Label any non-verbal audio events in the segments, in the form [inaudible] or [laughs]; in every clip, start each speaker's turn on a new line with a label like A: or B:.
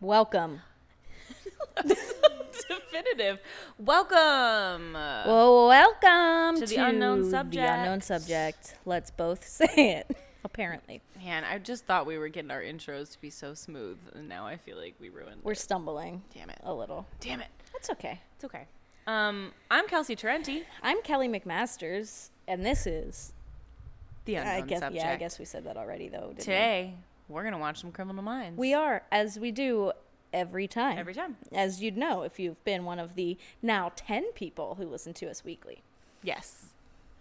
A: Welcome.
B: Definitive. Welcome.
A: Well, welcome
B: To the unknown
A: Uh, The unknown
B: subject.
A: subject. Let's both [laughs] say it. Apparently,
B: Man, I just thought we were getting our intros to be so smooth, and now I feel like we ruined.
A: we're
B: it.
A: stumbling
B: Damn it.
A: a little.
B: Damn it.
A: That's okay.
B: It's okay. Um, I'm Kelsey Tarenti.
A: I'm Kelly McMasters, and this is.
B: The
A: I guess. Yeah, I guess we said that already, though. didn't we?
B: Today we're gonna watch some Criminal Minds.
A: we are as we do every time.
B: every time.
A: as you'd know if you've been one of the now ten people who listen to us weekly.
B: Yes.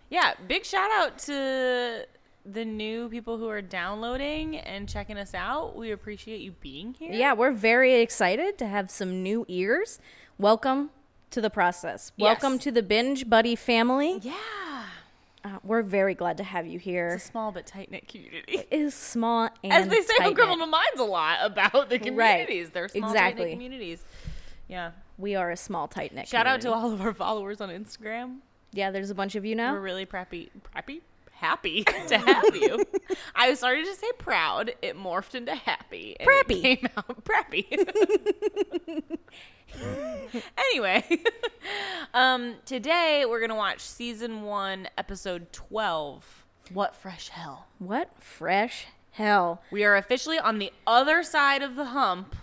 B: Yeah. Big shout out to the new people who are downloading and checking us out. We appreciate you being here.
A: Yeah, we're very excited to have some new ears. Welcome to the process. Welcome
B: Yes.
A: to the Binge Buddy family.
B: Yeah.
A: Uh, we're very glad to have you here.
B: It's a small but tight knit community.
A: It is small and
B: As they say on
A: tight-knit.
B: Criminal Minds a lot about the communities. They're small tight
A: Exactly.
B: knit communities. Yeah.
A: we are a small tight knit.
B: Shout out to all of our followers on Instagram.
A: yeah. There's a bunch of you
B: We're
A: now.
B: really preppy preppy?
A: [laughs]
B: Happy to have you. I started to say proud. It morphed into happy. and it
A: Preppy.
B: came
A: [laughs]
B: out preppy. [laughs] anyway, [laughs] um, today we're gonna watch season one, episode twelve. What fresh hell?
A: What fresh hell?
B: We are officially on the other side of the hump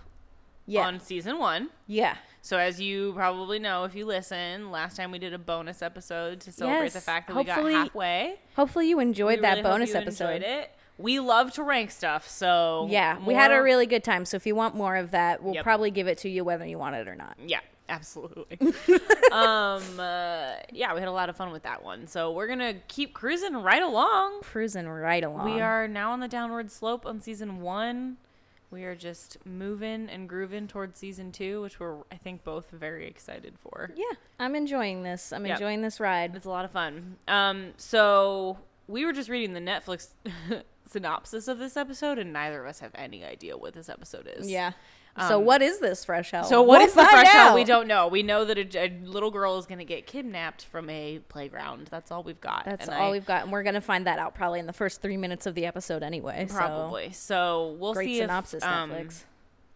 A: Yeah,
B: on season one.
A: yeah.
B: So as you probably know, if you listen, last time we did a bonus episode to celebrate the
A: Yes,
B: fact that we
A: hopefully-
B: got halfway.
A: Hopefully you enjoyed
B: We
A: that
B: really hope
A: bonus
B: you
A: episode.
B: Enjoyed it. We love to rank stuff, so
A: Yeah, we had a
B: more-
A: really good time. So if you want more of that, we'll
B: Yep.
A: probably give it to you whether you want it or not.
B: yeah,
A: [laughs]
B: absolutely. um, uh, yeah, we had a lot of fun with that one. So we're gonna keep cruising right along.
A: Cruising right along.
B: We are now on the downward slope on season one. We are just moving and grooving towards season two, which we're I think both very excited for.
A: Yeah, I'm enjoying this. I'm
B: Yep.
A: enjoying this ride.
B: It's a lot of fun. Um, so we were just reading the Netflix [laughs] synopsis of this episode, and neither of us have any idea what this episode is. um,
A: Yeah. so what is this fresh hell?
B: So what
A: We'll
B: is the
A: find
B: fresh hell?
A: out.
B: We don't know. We know that a, a little girl is going to get kidnapped from a playground. That's all we've got.
A: That's
B: And
A: all
B: I-
A: we've got, and we're gonna find that out probably in the first three minutes of the episode, anyway. so-
B: probably. So, we'll
A: great
B: see.
A: synopsis,
B: if, um,
A: Netflix.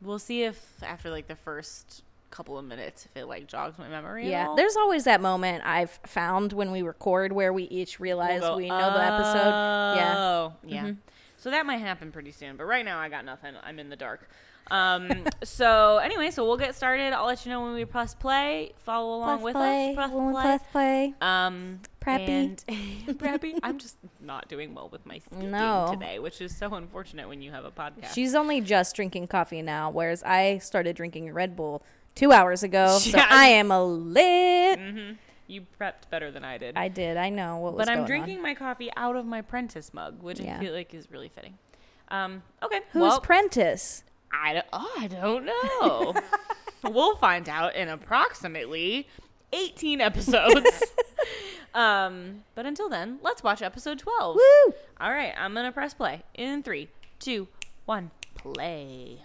B: We'll see if after like the first couple of minutes, if it like jogs my memory. at
A: Yeah,
B: all.
A: there's always that moment I've found when we record where we each realize
B: We'll go,
A: we know the episode. Yeah, Mm-hmm.
B: Oh, yeah. So that might happen pretty soon, but right now I got nothing. I'm in the dark. Um, [laughs] so anyway, so we'll get started. I'll let you know when we press play. Follow along with us. Press play.
A: play.
B: Um,
A: Preppy.
B: and- [laughs]
A: [laughs]
B: preppy. I'm just not doing well with my speaking
A: No.
B: today, which is so unfortunate when you have a podcast.
A: She's only just drinking coffee now, whereas I started drinking Red Bull two hours
B: [laughs]
A: ago. So
B: Yeah.
A: I am a lit.
B: you prepped better than I did,
A: I did. I know what was
B: but
A: going
B: I'm
A: on.
B: drinking my coffee out of my Prentice mug, which
A: Yeah.
B: I feel like is really fitting. Um, okay,
A: Who's
B: well,
A: Prentice?
B: I don't, oh, I don't [laughs] know. we'll find out in approximately 18 episodes. [laughs] um, but until then, let's watch episode 12.
A: Woo!
B: All right, I'm gonna press play in three, two, one, play.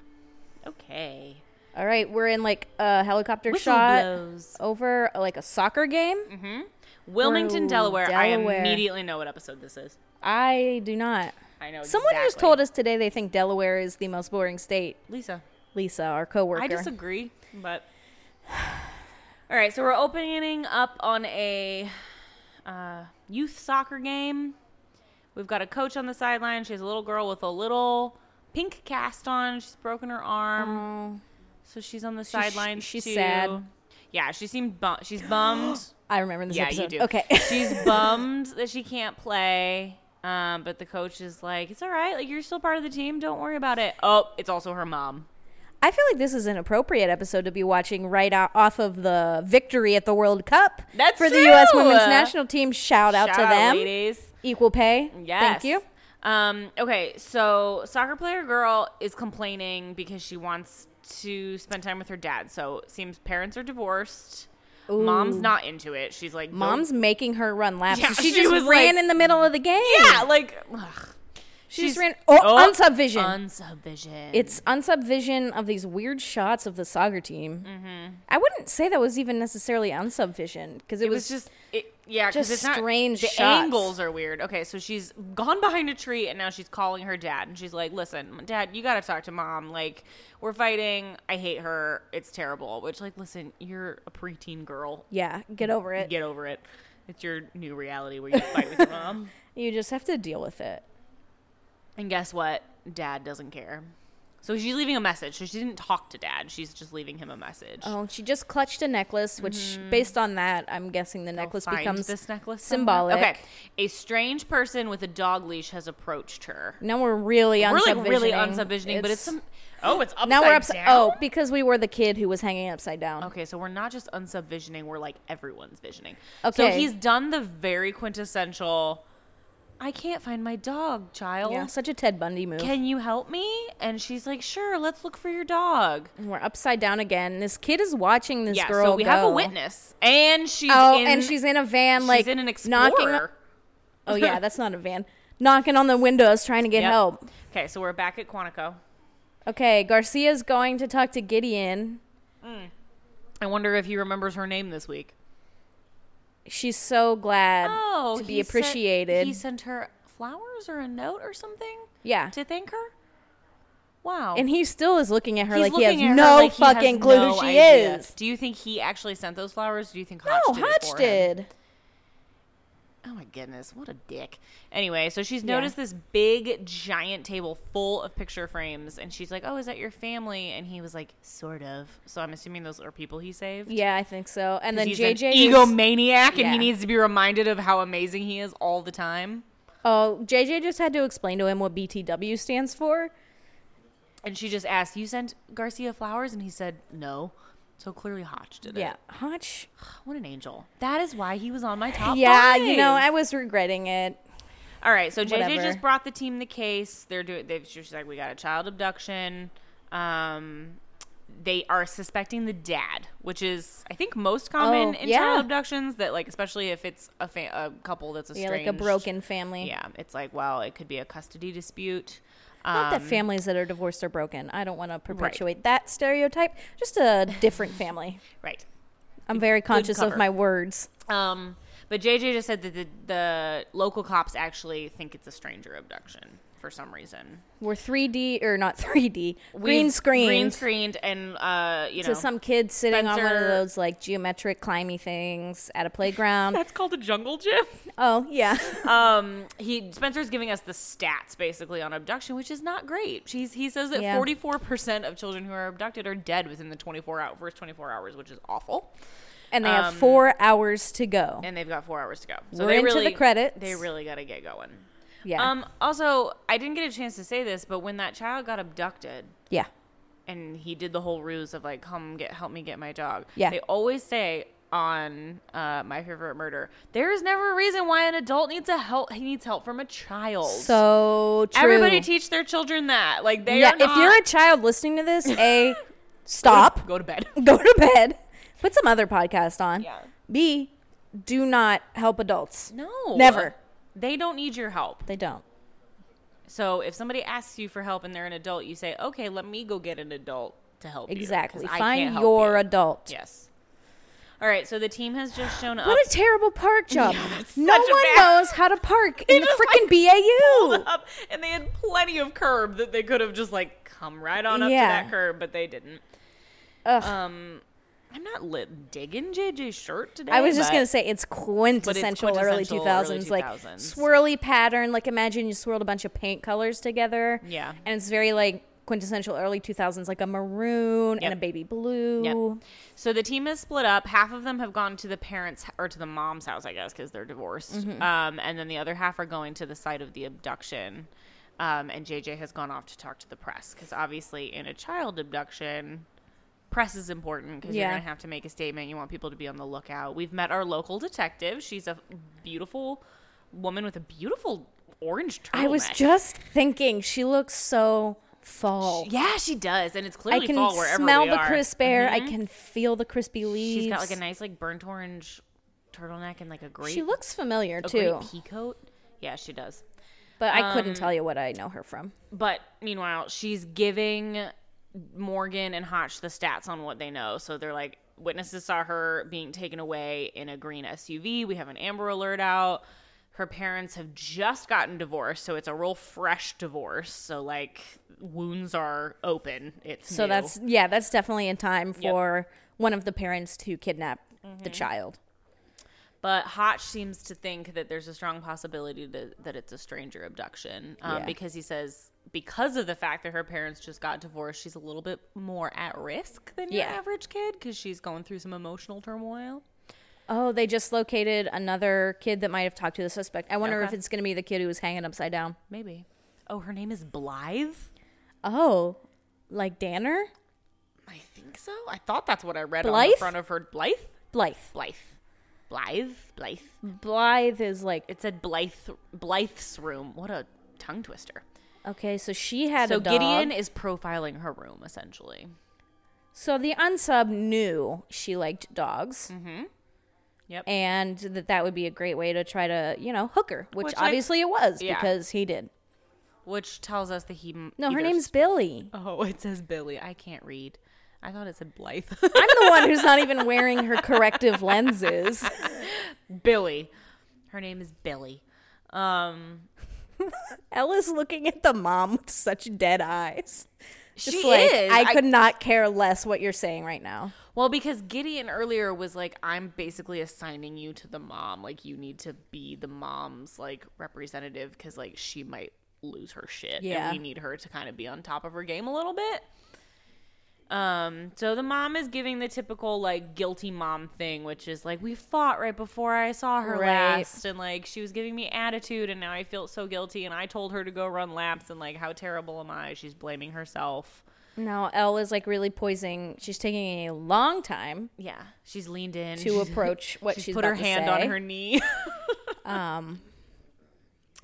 B: Okay.
A: All right, we're in like a helicopter
B: Whistle
A: shot
B: blows.
A: over like a soccer game.
B: Mm-hmm. Wilmington,
A: Ooh,
B: Delaware.
A: Delaware.
B: I immediately know what episode this is.
A: I do not.
B: I know.
A: Someone just
B: exactly.
A: told us today they think Delaware is the most boring state.
B: Lisa.
A: Lisa, our coworker.
B: I disagree, but [sighs] all right. So we're opening up on a uh, youth soccer game. We've got a coach on the sideline. She has a little girl with a little pink cast on. She's broken her arm.
A: Oh,
B: So she's on the sidelines.
A: she's
B: too.
A: sad.
B: Yeah, she seemed bum-
A: [gasps]
B: she's bummed.
A: I remember this
B: yeah,
A: episode.
B: you do.
A: Okay.
B: [laughs] she's bummed that she can't play. Um, but the coach is like, "It's all right. Like you're still part of the team. Don't worry about it." Oh, it's also her mom.
A: [laughs] I feel like this is an appropriate episode to be watching right out off of the victory at the World Cup
B: That's
A: for the U.S.
B: true.
A: Women's National Team. Shout out
B: Shout
A: to
B: out,
A: them.
B: ladies.
A: Equal pay.
B: Yes.
A: Thank you.
B: Um, okay, so soccer player girl is complaining because she wants to spend time with her dad. So it seems parents are divorced. Mom's not into it. She's like, "Don't
A: Mom's making her run laps.
B: Yeah,
A: she,
B: she
A: just
B: was
A: ran
B: like-
A: in the middle of the game.
B: Yeah, like, ugh.
A: She just ran. Oh,
B: Oh,
A: unsubvision.
B: Unsubvision.
A: it's unsubvision of these weird shots of the soccer team. I wouldn't say that was even necessarily unsubvision because it,
B: Mm-hmm. it was just it, yeah, 'cause
A: just
B: it's not-
A: strange
B: The
A: shots.
B: angles are weird. Okay, so she's gone behind a tree and now she's calling her dad and she's like, "Listen, dad, you got to talk to mom. Like, we're fighting. I hate her. It's terrible." Which, like, listen, you're a preteen girl.
A: yeah. Get over it.
B: Get over it. It's your new reality where you fight with your
A: [laughs]
B: mom.
A: You just have to deal with it.
B: And guess what? Dad doesn't care. So she's leaving a message. So she didn't talk to dad. She's just leaving him a message.
A: Oh, she just clutched a necklace, which based on that, I'm guessing the
B: I'll
A: necklace
B: Mm-hmm. find
A: becomes
B: this necklace somewhere.
A: symbolic.
B: Okay, a strange person with a dog leash has approached her.
A: Now we're really
B: We're like
A: unsubvisioning.
B: really unsubvisioning, but it's some. Oh, it's upside
A: now we're oh. upside.
B: down.
A: Oh, because we were the kid who was hanging upside down.
B: Okay, so we're not just unsubvisioning, we're like everyone's visioning. So
A: Okay.
B: he's done the very quintessential I can't find my dog, child.
A: Yeah, such a Ted Bundy move.
B: Can you help me? And she's like, Sure, let's look for your dog.
A: And we're upside down again. This kid is watching this
B: yeah,
A: girl.
B: so we have a
A: go.
B: witness. And she's
A: Oh,
B: in
A: and she's in a van,
B: she's
A: like
B: in an explorer.
A: knocking. Oh
B: [laughs]
A: yeah, that's not a van. Knocking on the windows, trying to get
B: Yep.
A: help.
B: Okay, so we're back at Quantico.
A: Okay, Garcia's going to talk to Gideon.
B: I wonder if he remembers her name this week.
A: She's so glad
B: Oh,
A: to
B: he
A: be
B: sent-
A: appreciated.
B: he sent her flowers or a note or something
A: yeah,
B: to thank her. Wow.
A: and he still is looking at her
B: He's
A: like he has
B: looking at her
A: no
B: like he has
A: fucking clue
B: no
A: who she
B: idea.
A: is.
B: Do you think he actually sent those flowers? Do you think Hotch
A: No,
B: did? it
A: Hutch
B: for him?
A: did.
B: Oh my goodness, what a dick. Anyway, so she's noticed this big giant table full of picture frames and she's like, "Oh, is that your family?" And he was like, "Sort of." So I'm assuming those are people he saved.
A: Yeah, I think so. And then
B: He's an
A: JJ is-
B: egomaniac and
A: Yeah.
B: he needs to be reminded of how amazing he is all the time.
A: Oh, JJ just had to explain to him what BTW stands for.
B: And she just asked, "You sent Garcia flowers?" And he said, "No." So clearly Hotch did
A: Yeah,
B: it.
A: Hutch.
B: What an angel. That is why he was on my top
A: Yeah, you know,
B: five.
A: I was regretting it.
B: All right, so JJ
A: Whatever.
B: just brought the team the case. They're doing. They've, she's like, we got a child abduction. Um, they are suspecting the dad, which is, I think, most common
A: Oh,
B: in
A: yeah.
B: child abductions. That like, especially if it's a, fa- a couple that's
A: Yeah,
B: estranged.
A: like a broken family.
B: Yeah, it's like, well, it could be a custody dispute.
A: Not that
B: Um,
A: families that are divorced are broken. I don't want to perpetuate that stereotype. Just a different family.
B: right.
A: I'm very conscious of
B: cover.
A: my words.
B: Um, but JJ just said that the, the local cops actually think it's a stranger abduction for some reason.
A: We're 3D or not 3D. green
B: We've
A: screen.
B: green screened, and uh, you
A: to
B: know,
A: some kid sitting on one of
B: Spencer-
A: those like geometric climby things at a
B: [laughs]
A: playground.
B: that's called a jungle gym.
A: oh, yeah. [laughs]
B: um he spencer's giving us the stats basically on abduction which is not great she's he says that
A: Yeah.
B: 44% of children who are abducted are dead within the 24 hour first 24 hours which is awful
A: And they have
B: Um,
A: 4 hours to go.
B: and they've got four hours to go so
A: We're
B: they
A: into the
B: really
A: credits.
B: they really gotta get going
A: Yeah.
B: um also i didn't get a chance to say this but when that child got abducted
A: yeah.
B: and he did the whole ruse of like come get help me get my dog
A: Yeah.
B: they always say on uh, my favorite murder there is never a reason why an adult needs a help he needs help from a child
A: So true.
B: Everybody teach their children that. Like they
A: Yeah,
B: are
A: if you're a child listening to this,
B: [laughs]
A: A, stop.
B: go to bed. [laughs]
A: [laughs] go to bed. Put some other podcast on.
B: Yeah.
A: B, do not help adults.
B: No.
A: Never.
B: They don't need your help.
A: They don't.
B: So if somebody asks you for help and they're an adult, you say, "Okay, let me go get an adult to help you, 'cause
A: Exactly.
B: I can't
A: Find
B: help
A: your
B: you."
A: adult.
B: Yes. All right, so the team has just shown up.
A: What a terrible park job. no
B: such a
A: one
B: bad-
A: knows how to
B: [laughs]
A: park in the
B: just,
A: freaking BAU.
B: like, up, and they had plenty of curb that they could have just like come right on up
A: Yeah.
B: to that curb, but they didn't.
A: Ugh.
B: Um, I'm not lit digging JJ's shirt today.
A: I was just
B: but-
A: going to say it's quintessential,
B: quintessential
A: early 2000s,
B: early
A: like
B: 2000s.
A: swirly pattern. Like imagine you swirled a bunch of paint colors together.
B: Yeah.
A: And it's very like quintessential early 2000s, like a maroon
B: Yep.
A: and a baby blue.
B: Yep. So the team is split up. Half of them have gone to the parents' or to the mom's house, I guess, because they're divorced.
A: Mm-hmm.
B: Um, and then the other half are going to the site of the abduction. Um, and JJ has gone off to talk to the press because obviously, in a child abduction, press is important because you're
A: Yeah.
B: going to have to make a statement. You want people to be on the lookout. We've met our local detective. She's a beautiful woman with a beautiful orange turtleneck.
A: I was just thinking, she looks so fall.
B: yeah, she does, and it's
A: I
B: clearly
A: can
B: fall wherever
A: smell
B: we
A: the
B: are. Mm-hmm.
A: crisp air. I can feel the crispy leaves.
B: She's got like a nice like burnt orange turtleneck and like a great
A: She looks familiar
B: a um,
A: too.
B: great pea coat. Yeah, she does.
A: But I couldn't tell you what I know her from.
B: But meanwhile, she's giving Morgan and Hotch the stats on what they know. So they're like, witnesses saw her being taken away in a green SUV. We have an Amber Alert out. Her parents have just gotten divorced, so it's a real fresh divorce. So like wounds are open. It's
A: So
B: new.
A: that's yeah, that's definitely a time for one of the parents to kidnap
B: Mm-hmm.
A: the child.
B: But Hotch seems to think that there's a strong possibility that, that it's a stranger abduction um,
A: Yeah.
B: because he says because of the fact that her parents just got divorced, she's a little bit more at risk than your
A: Yeah.
B: average kid because she's going through some emotional turmoil.
A: Oh, they just located another kid that might have talked to the suspect. I wonder
B: Okay.
A: if it's going to be the kid who was hanging upside down.
B: Maybe. Oh, her name is Blythe.
A: Oh, like Danner?
B: I think so. I thought that's what I read on the
A: Blythe?
B: front of her. Blythe.
A: Blythe.
B: Blythe. Blythe. Blythe.
A: Blythe is like
B: It said Blythe. Blythe's room. What a tongue twister.
A: okay. So she had
B: So
A: a dog.
B: Gideon is profiling her room essentially.
A: So the unsub knew she liked dogs.
B: Yep.
A: And that that would be a great way to try to, you know, hook her, which,
B: Which, like-
A: obviously it was
B: Yeah.
A: because he did.
B: Which tells us that he. m-
A: No, her
B: either-
A: name's Billy.
B: Oh, [laughs] it says Billy. I can't read. I thought it said Blythe. [laughs]
A: I'm the one who's not even wearing her corrective [laughs] lenses.
B: Billy. Her name is Billy. Um,
A: Ella's looking at the mom with such dead eyes. Just
B: she
A: like,
B: is.
A: I could not care less what you're saying right now.
B: Well, because Gideon earlier was like, I'm basically assigning you to the mom. Like, you need to be the mom's like representative because like she might lose her shit.
A: Yeah.
B: And we need her to kind of be on top of her game a little bit. Um, so the mom is giving the typical like guilty mom thing, which is like, we fought right before I saw her
A: Right.
B: last, and like she was giving me attitude, and now I feel so guilty, and I told her to go run laps, and like, how terrible am I? She's blaming herself.
A: Now Elle is like really poising. She's taking a long time
B: Yeah, she's leaned
A: [laughs]
B: in
A: to approach what she's,
B: put her
A: about to
B: hand
A: say.
B: on her knee. [laughs]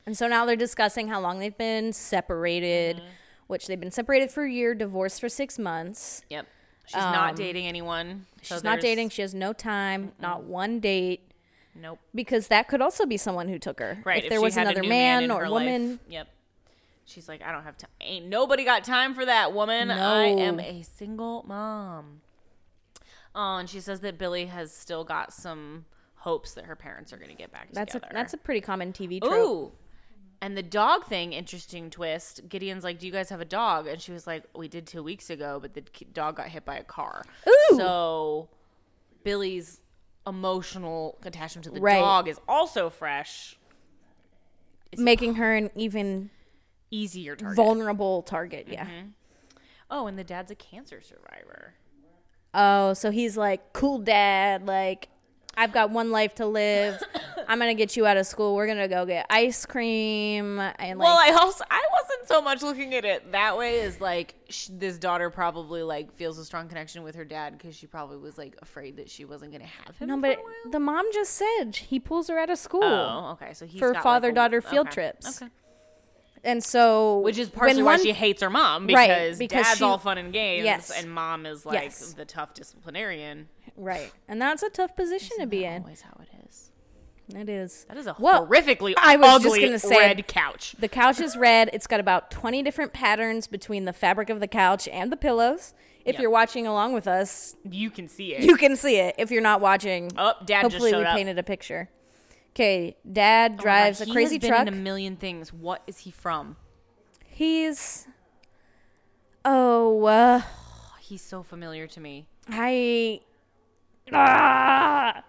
A: And so now they're discussing how long they've been separated,
B: Mm-hmm.
A: which they've been separated for a year, divorced for six months.
B: yep. She's not dating anyone. so
A: Um, She's not
B: there's-
A: dating. She has no time, not one date,
B: Nope.
A: because that could also be someone who took her.
B: Right.
A: If there was
B: she had a
A: another
B: new
A: man,
B: in
A: or
B: her
A: woman.
B: life. Yep. She's like, I don't have time. Ain't nobody got time for that, woman. I
A: No.
B: am a single mom. Oh, and she says that Billy has still got some hopes that her parents are going to get back
A: That's a,
B: together.
A: that's a pretty common TV trope.
B: Ooh. And the dog thing, interesting twist. Gideon's like, "Do you guys have a dog?" And she was like, "We did two weeks ago, but the ki- dog got hit by a car."
A: Ooh.
B: So Billy's emotional attachment to the
A: Right.
B: dog is also fresh,
A: Making her an even
B: easier target.
A: vulnerable target. Yeah.
B: Mm-hmm. oh, and the dad's a cancer survivor.
A: Oh, so he's like, cool dad, like, I've got one life to
B: [coughs]
A: live. I'm going to get you out of school. We're going to go get ice cream. And like,
B: well, I also I wasn't so much looking at it that way as like sh- this daughter probably like feels a strong connection with her dad because she probably was like afraid that she wasn't gonna have him.
A: no,
B: for
A: but
B: a while.
A: the mom just said he pulls her out of school.
B: Oh, okay. So he's
A: For
B: got, like,
A: father-daughter
B: a-
A: field
B: okay.
A: trips.
B: Okay.
A: And so,
B: Which is
A: when
B: partially why
A: one-
B: she hates her mom
A: Right,
B: because,
A: because
B: dad's
A: she-
B: all fun and games
A: Yes.
B: and mom is like
A: Yes.
B: the tough disciplinarian.
A: [laughs] right, and that's a tough position to be in.
B: Always how it is.
A: It is.
B: That is a
A: Well,
B: horrifically
A: I was just
B: ugly
A: gonna say-
B: red couch.
A: The couch is red. It's got about 20 different patterns between the fabric of the couch and the pillows. If
B: Yep.
A: you're watching along with us,
B: You can see it.
A: you can see it. If you're not watching,
B: oh, dad just
A: hopefully
B: showed
A: we
B: up.
A: painted a picture. Okay, dad
B: Oh my God,
A: drives
B: he
A: a
B: has
A: crazy
B: been
A: truck.
B: in a million things. What is he from?
A: He's Oh, uh,
B: Oh, he's so familiar to me.
A: I Ah!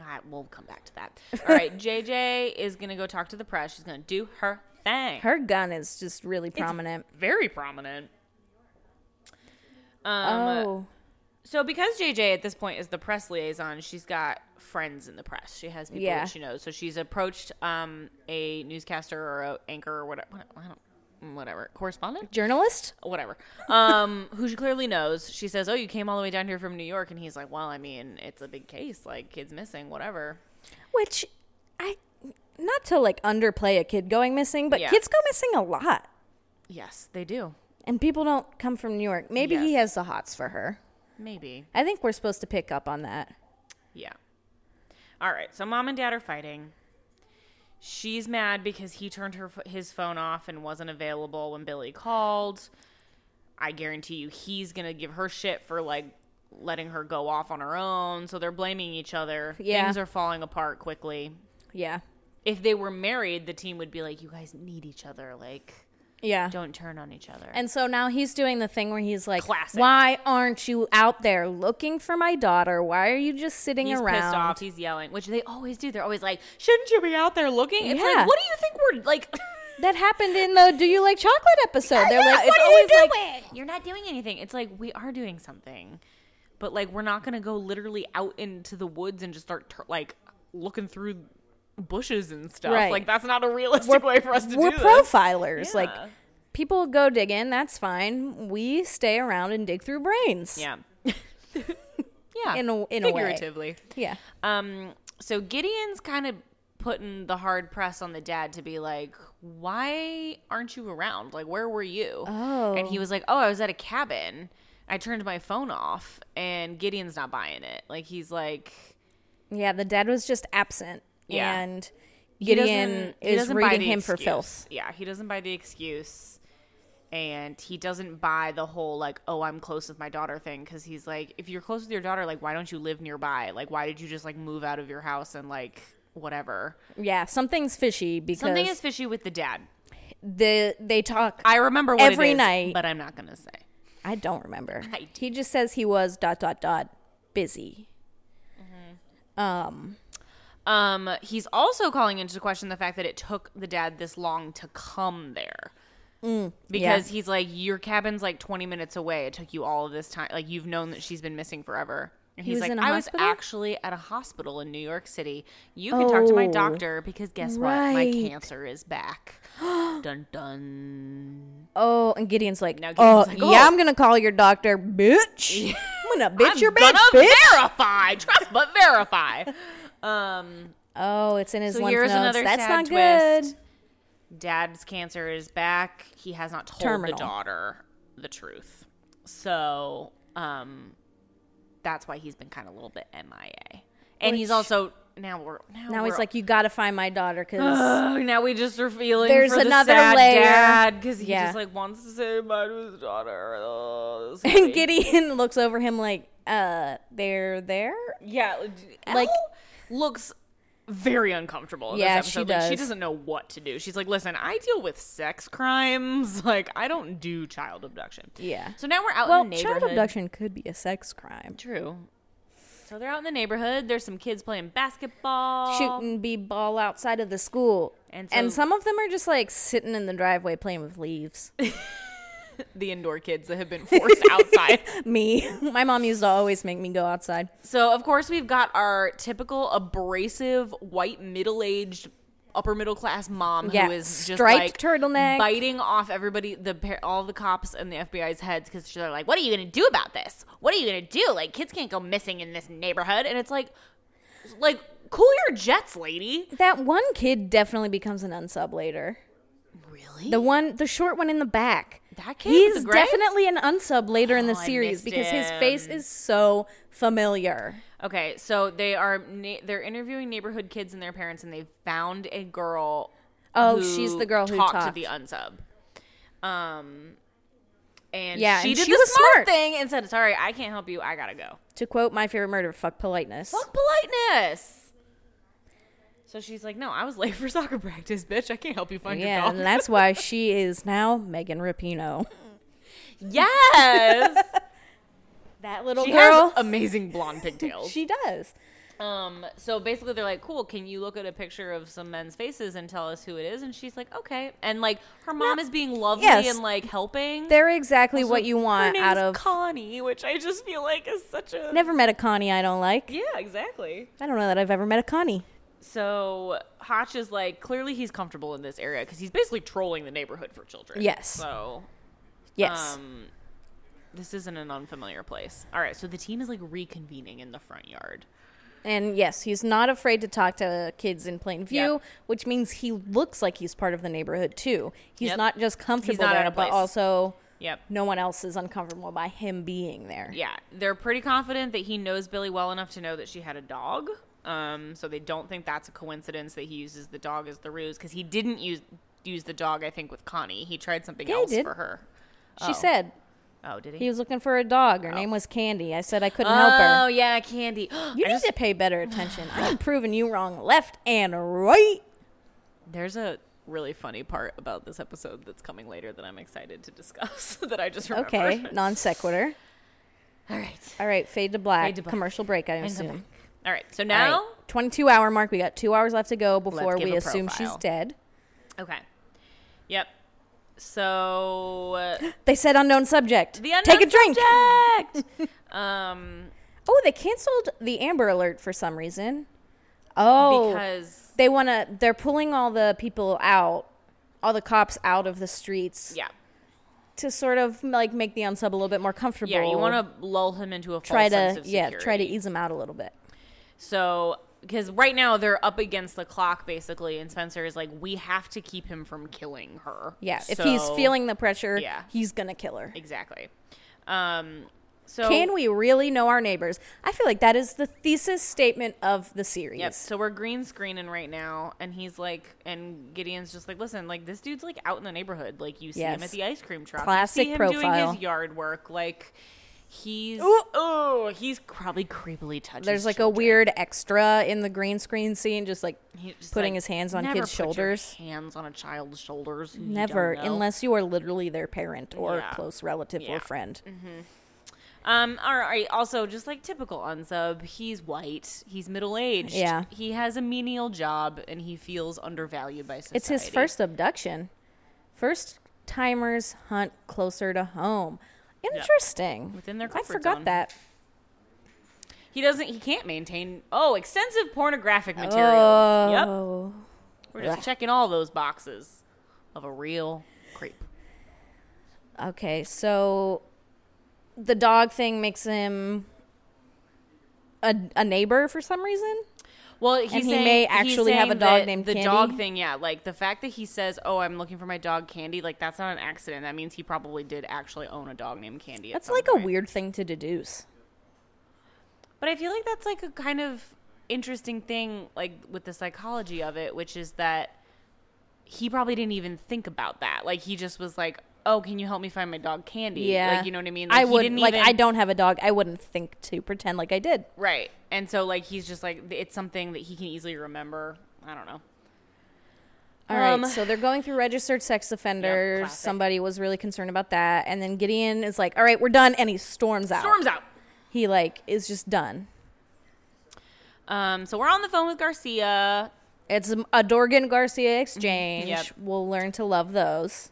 B: I will come back to that.
A: [laughs]
B: All right, JJ is gonna go talk to the press. She's gonna do her thing.
A: Her gun is just really prominent.
B: Very prominent. Um,
A: oh.
B: So because JJ at this point is the press liaison, she's got friends in the press. She has people
A: Yeah.
B: that she knows. So she's approached um, a newscaster or a anchor or whatever, I don't, whatever correspondent,
A: Journalist?
B: whatever, um, [laughs] who she clearly knows. She says, "Oh, you came all the way down here from New York," and he's like, "Well, I mean, it's a big case. Like kids missing, whatever."
A: Which I not to like underplay a kid going missing, but
B: Yeah.
A: kids go missing a lot.
B: Yes, they do.
A: And people don't come from New York. Maybe he
B: Yes.
A: has the hots for her.
B: Maybe.
A: I think we're supposed to pick up on that.
B: Yeah. All right. So mom and dad are fighting. She's mad because he turned her ph- his phone off and wasn't available when Billy called. I guarantee you he's going to give her shit for like letting her go off on her own. So they're blaming each other.
A: Yeah.
B: Things are falling apart quickly.
A: Yeah.
B: If they were married, the team would be like, you guys need each other. Like,
A: Yeah.
B: don't turn on each other.
A: And so now he's doing the thing where he's like,
B: Classic.
A: "Why aren't you out there looking for my daughter? Why are you just sitting
B: he's
A: around?"
B: pissed off. He's yelling, which they always do. They're always like, shouldn't you be out there looking? It's
A: Yeah.
B: like, what do you think we're like? [laughs]
A: That happened in the "Do You Like Chocolate" episode. They're
B: Yeah,
A: like, "It's
B: what are you
A: always like,
B: doing? You're not doing anything. It's like we are doing something, but like we're not gonna go literally out into the woods and just start tur like looking through bushes and stuff.
A: Right.
B: Like that's not a realistic way for us to
A: we're
B: do this.
A: profilers. Like,
B: Yeah.
A: people go digging. That's fine. We stay around and dig through brains. [laughs]
B: Yeah, yeah.
A: In a- in a way.
B: figuratively.
A: Yeah.
B: Um, so Gideon's kind of putting the hard press on the dad to be like, why aren't you around? Like, where were you?
A: Oh.
B: And he was like, oh, I was at a cabin. I turned my phone off, and Gideon's not buying it. Like, he's like,
A: Yeah, the dad was just absent.
B: Yeah.
A: And
B: he
A: Gideon
B: doesn't- he
A: is
B: doesn't buy
A: reading
B: the
A: him for
B: excuse.
A: filth.
B: Yeah, he doesn't buy the excuse. And he doesn't buy the whole, like, oh, I'm close with my daughter thing. Cause he's like, if you're close with your daughter, like, why don't you live nearby? Like, why did you just, like, move out of your house and, like, whatever?
A: Yeah, something's fishy because
B: Something is fishy with the dad.
A: the they talk. I,
B: I remember what
A: Every
B: it is,
A: night.
B: but I'm not gonna say.
A: don't remember.
B: I do.
A: He just says he was dot dot dot busy. Um.
B: Um, he's also calling into question the fact that it took the dad this long to come there.
A: Mm,
B: because he's like, your cabin's like 20 minutes away. It took you all of this time. Like you've known that she's been missing forever. And
A: He
B: he's
A: was
B: like,
A: in a
B: I
A: hospital?
B: was actually at a hospital in New York City. You can talk to my
A: Oh,
B: doctor because guess what? My
A: right.
B: cancer is back.
A: [gasps]
B: dun dun.
A: Oh, and Gideon's like,
B: Now
A: oh,
B: Gideon's like,
A: yeah,
B: oh."
A: I'm gonna call your doctor,
B: [laughs]
A: bitch. I'm gonna bitch your bitch,
B: Gonna
A: bitch.
B: verify. Trust but
A: [laughs]
B: verify. Um.
A: Oh, it's in his
B: So
A: lymph
B: here's
A: notes.
B: another
A: That's
B: sad
A: not
B: twist.
A: good.
B: dad's cancer is back. He has not told
A: Terminal.
B: the daughter the truth. So, um, that's why he's been kind of a little bit MIA. And he's
A: Which-
B: also now we're now,
A: Now
B: we're,
A: he's
B: [sniffs]
A: like, you gotta find my daughter because
B: [gasps] Ugh, now we just are feeling
A: There's
B: for the
A: another
B: sad
A: layer.
B: dad because he
A: Yeah.
B: just like wants to say goodbye to his daughter. Oh,
A: [laughs]
B: this
A: [laughs] And
B: lady.
A: Gideon looks over him like, uh, they're there?
B: yeah, like
A: Like-
B: Elle looks very uncomfortable. In
A: Yeah,
B: this
A: she
B: episode. Like, she
A: does.
B: doesn't know what to do. She's like, "Listen, I deal with sex crimes. [laughs] Like, I don't do child abduction."
A: Yeah.
B: So now we're out
A: Well,
B: in the neighborhood.
A: child abduction could be a sex crime.
B: True. So they're out in the neighborhood. There's some kids playing basketball.
A: Shooting be ball outside of the school.
B: And
A: And,
B: so-
A: some of them are just like sitting in the driveway playing with
B: [laughs]
A: leaves.
B: the indoor kids that have been forced [laughs] outside.
A: me. [laughs] My mom used to always make me go outside.
B: So, of course, we've got our typical abrasive white middle aged upper middle class mom
A: Yeah,
B: who is just
A: striped
B: like
A: turtleneck.
B: biting off everybody the par- all the cops and the FBI's heads cuz they're like what are you going to do about this? What are you going to do? Like kids can't go missing in this neighborhood and it's like like cool your jets, lady.
A: That one kid definitely becomes an unsub later.
B: Really?
A: The one, the short one in the back.
B: That kid with
A: He's
B: the gray?
A: definitely an unsub later in the
B: Oh, I
A: series
B: missed
A: because his
B: him.
A: face is so familiar.
B: Okay, so they are na- they're interviewing neighborhood kids and their parents, and they found a girl.
A: Oh, she's the girl who
B: to
A: talked.
B: the unsub. Um, and
A: Yeah,
B: she
A: and
B: did
A: she
B: the
A: was
B: smart,
A: smart.
B: thing and said, "Sorry, I can't help you. I gotta go."
A: To quote my favorite murder, fuck politeness.
B: Fuck politeness. So she's like, "No, I was late for soccer practice, bitch. I can't help you find
A: Yeah,
B: your
A: and
B: dog."
A: that's why she is now Megan Rapino. [laughs]
B: yes,
A: That little
B: she has
A: girl.
B: amazing blonde pigtails.
A: she does.
B: Um, so basically they're like, Cool, can you look at a picture of some men's faces and tell us who it is? And she's like, Okay. And like her mom is being lovely
A: yes.
B: and like helping.
A: They're exactly
B: So
A: what you
B: her
A: want out
B: name's
A: of.
B: Connie, which I just feel like is such a
A: Never met a Connie I don't like.
B: Yeah, exactly.
A: I don't know that I've ever met a Connie.
B: So Hotch is like, clearly he's comfortable in this area because he's basically trolling the neighborhood for children.
A: Yes.
B: So
A: Yes.
B: um this isn't an unfamiliar place. All right, so the team is like reconvening in the front yard.
A: and yes, he's not afraid to talk to kids in plain view,
B: Yep.
A: which means he looks like he's part of the neighborhood too. He's
B: Yep.
A: not just comfortable
B: not out
A: there,
B: of
A: but
B: place.
A: also
B: Yep.
A: no one else is uncomfortable by him being there.
B: Yeah, they're pretty confident that he knows Billy well enough to know that she had a dog. Um, so they don't think that's a coincidence that he uses the dog as the ruse because he didn't use use the dog. I think with Connie, he tried something
A: Yeah, he
B: else
A: did.
B: for her.
A: She
B: Oh.
A: said
B: Oh, did he?
A: he was looking for a dog. Her name was Candy. I said I couldn't help
B: Oh
A: her.
B: yeah, Candy. [gasps]
A: You need to pay better attention. I'm proving you wrong left and right.
B: There's a really funny part about this episode that's coming later that I'm excited to discuss [laughs] that I just remembered. [laughs]
A: Okay, non sequitur.
B: All right.
A: All right, fade to black.
B: to black.
A: Commercial break, I
B: And come
A: assume.
B: back. All right. So
A: All right,
B: now,
A: 22 hour mark. We got two hours left to go before
B: give
A: we
B: a
A: assume she's
B: profile.
A: dead.
B: okay. Yep. So uh,
A: They said unknown subject.
B: the unknown
A: Take a drink. [laughs]
B: subject. um,
A: Oh, they canceled the Amber Alert for some reason. Oh,
B: because
A: they want to. They're pulling all the people out, all the cops out of the streets
B: yeah,
A: to sort of like make the unsub a little bit more comfortable.
B: yeah, you want to lull him into a false
A: try
B: sense
A: to
B: of
A: yeah try to
B: security.
A: ease them out a little bit.
B: So, because right now they're up against the clock basically, and Spencer is like, we have to keep him from killing her.
A: Yeah, if he's
B: So-
A: feeling the pressure,
B: Yeah.
A: he's gonna kill her.
B: exactly. Um, so
A: Can we really know our neighbors? I feel like that is the thesis statement of the series.
B: Yep. So we're green screening right now, and he's like, and Gideon's just like, listen, like this dude's like out in the neighborhood. Like you see him
A: Yes.
B: at the ice cream truck.
A: Classic
B: you see him doing
A: profile.
B: his yard work. Like he's
A: Ooh.
B: oh, he's probably creepily touching.
A: There's like a
B: children.
A: weird extra in the green screen scene, just like
B: He's just
A: putting
B: like,
A: his hands on
B: "Never
A: kids'
B: put your
A: shoulders.
B: hands on a child's shoulders. who you don't
A: Never,
B: know."
A: unless you are literally their parent or
B: Yeah.
A: close relative
B: Yeah.
A: or friend.
B: Um, all right. Also, just like typical unsub, he's white. He's middle aged.
A: Yeah.
B: He has a menial job, and he feels undervalued by society.
A: It's his first abduction. First timers hunt closer to home. Interesting.
B: Within their
A: I
B: comfort
A: forgot
B: zone.
A: that.
B: He doesn't. He can't maintain. Oh, extensive pornographic materials. Yep.
A: Oh,
B: We're just checking all those boxes of a real creep.
A: okay. So the dog thing makes him a, a neighbor for some reason.
B: Well, he's
A: And he
B: saying-
A: may
B: he's
A: actually have a
B: saying
A: dog
B: that
A: named
B: the
A: Candy?
B: dog thing. Yeah, like the fact that he says, "Oh, I'm looking for my dog Candy." Like that's not an accident. That means he probably did actually own a dog named Candy. at
A: That's
B: some
A: like
B: point.
A: a weird thing to deduce.
B: But I feel like that's like a kind of interesting thing, like with the psychology of it, which is that he probably didn't even think about that. Like he just was like, "Oh, can you help me find my dog Candy?"
A: Yeah,
B: like you know what I mean.
A: I
B: he
A: wouldn't
B: didn't
A: like.
B: even-
A: I don't have a dog. I wouldn't think to pretend like I did.
B: Right. And so like he's just like it's something that he can easily remember. I don't know.
A: All right,
B: Um,
A: so they're going through registered sex offenders.
B: classic.
A: Somebody was really concerned about that, and then Gideon is like, "All right, we're done," and he storms out.
B: Storms out.
A: He like is just done.
B: Um so we're on the phone with Garcia.
A: It's a Dorgan Garcia exchange.
B: Mm-hmm. Yep.
A: We'll learn to love those.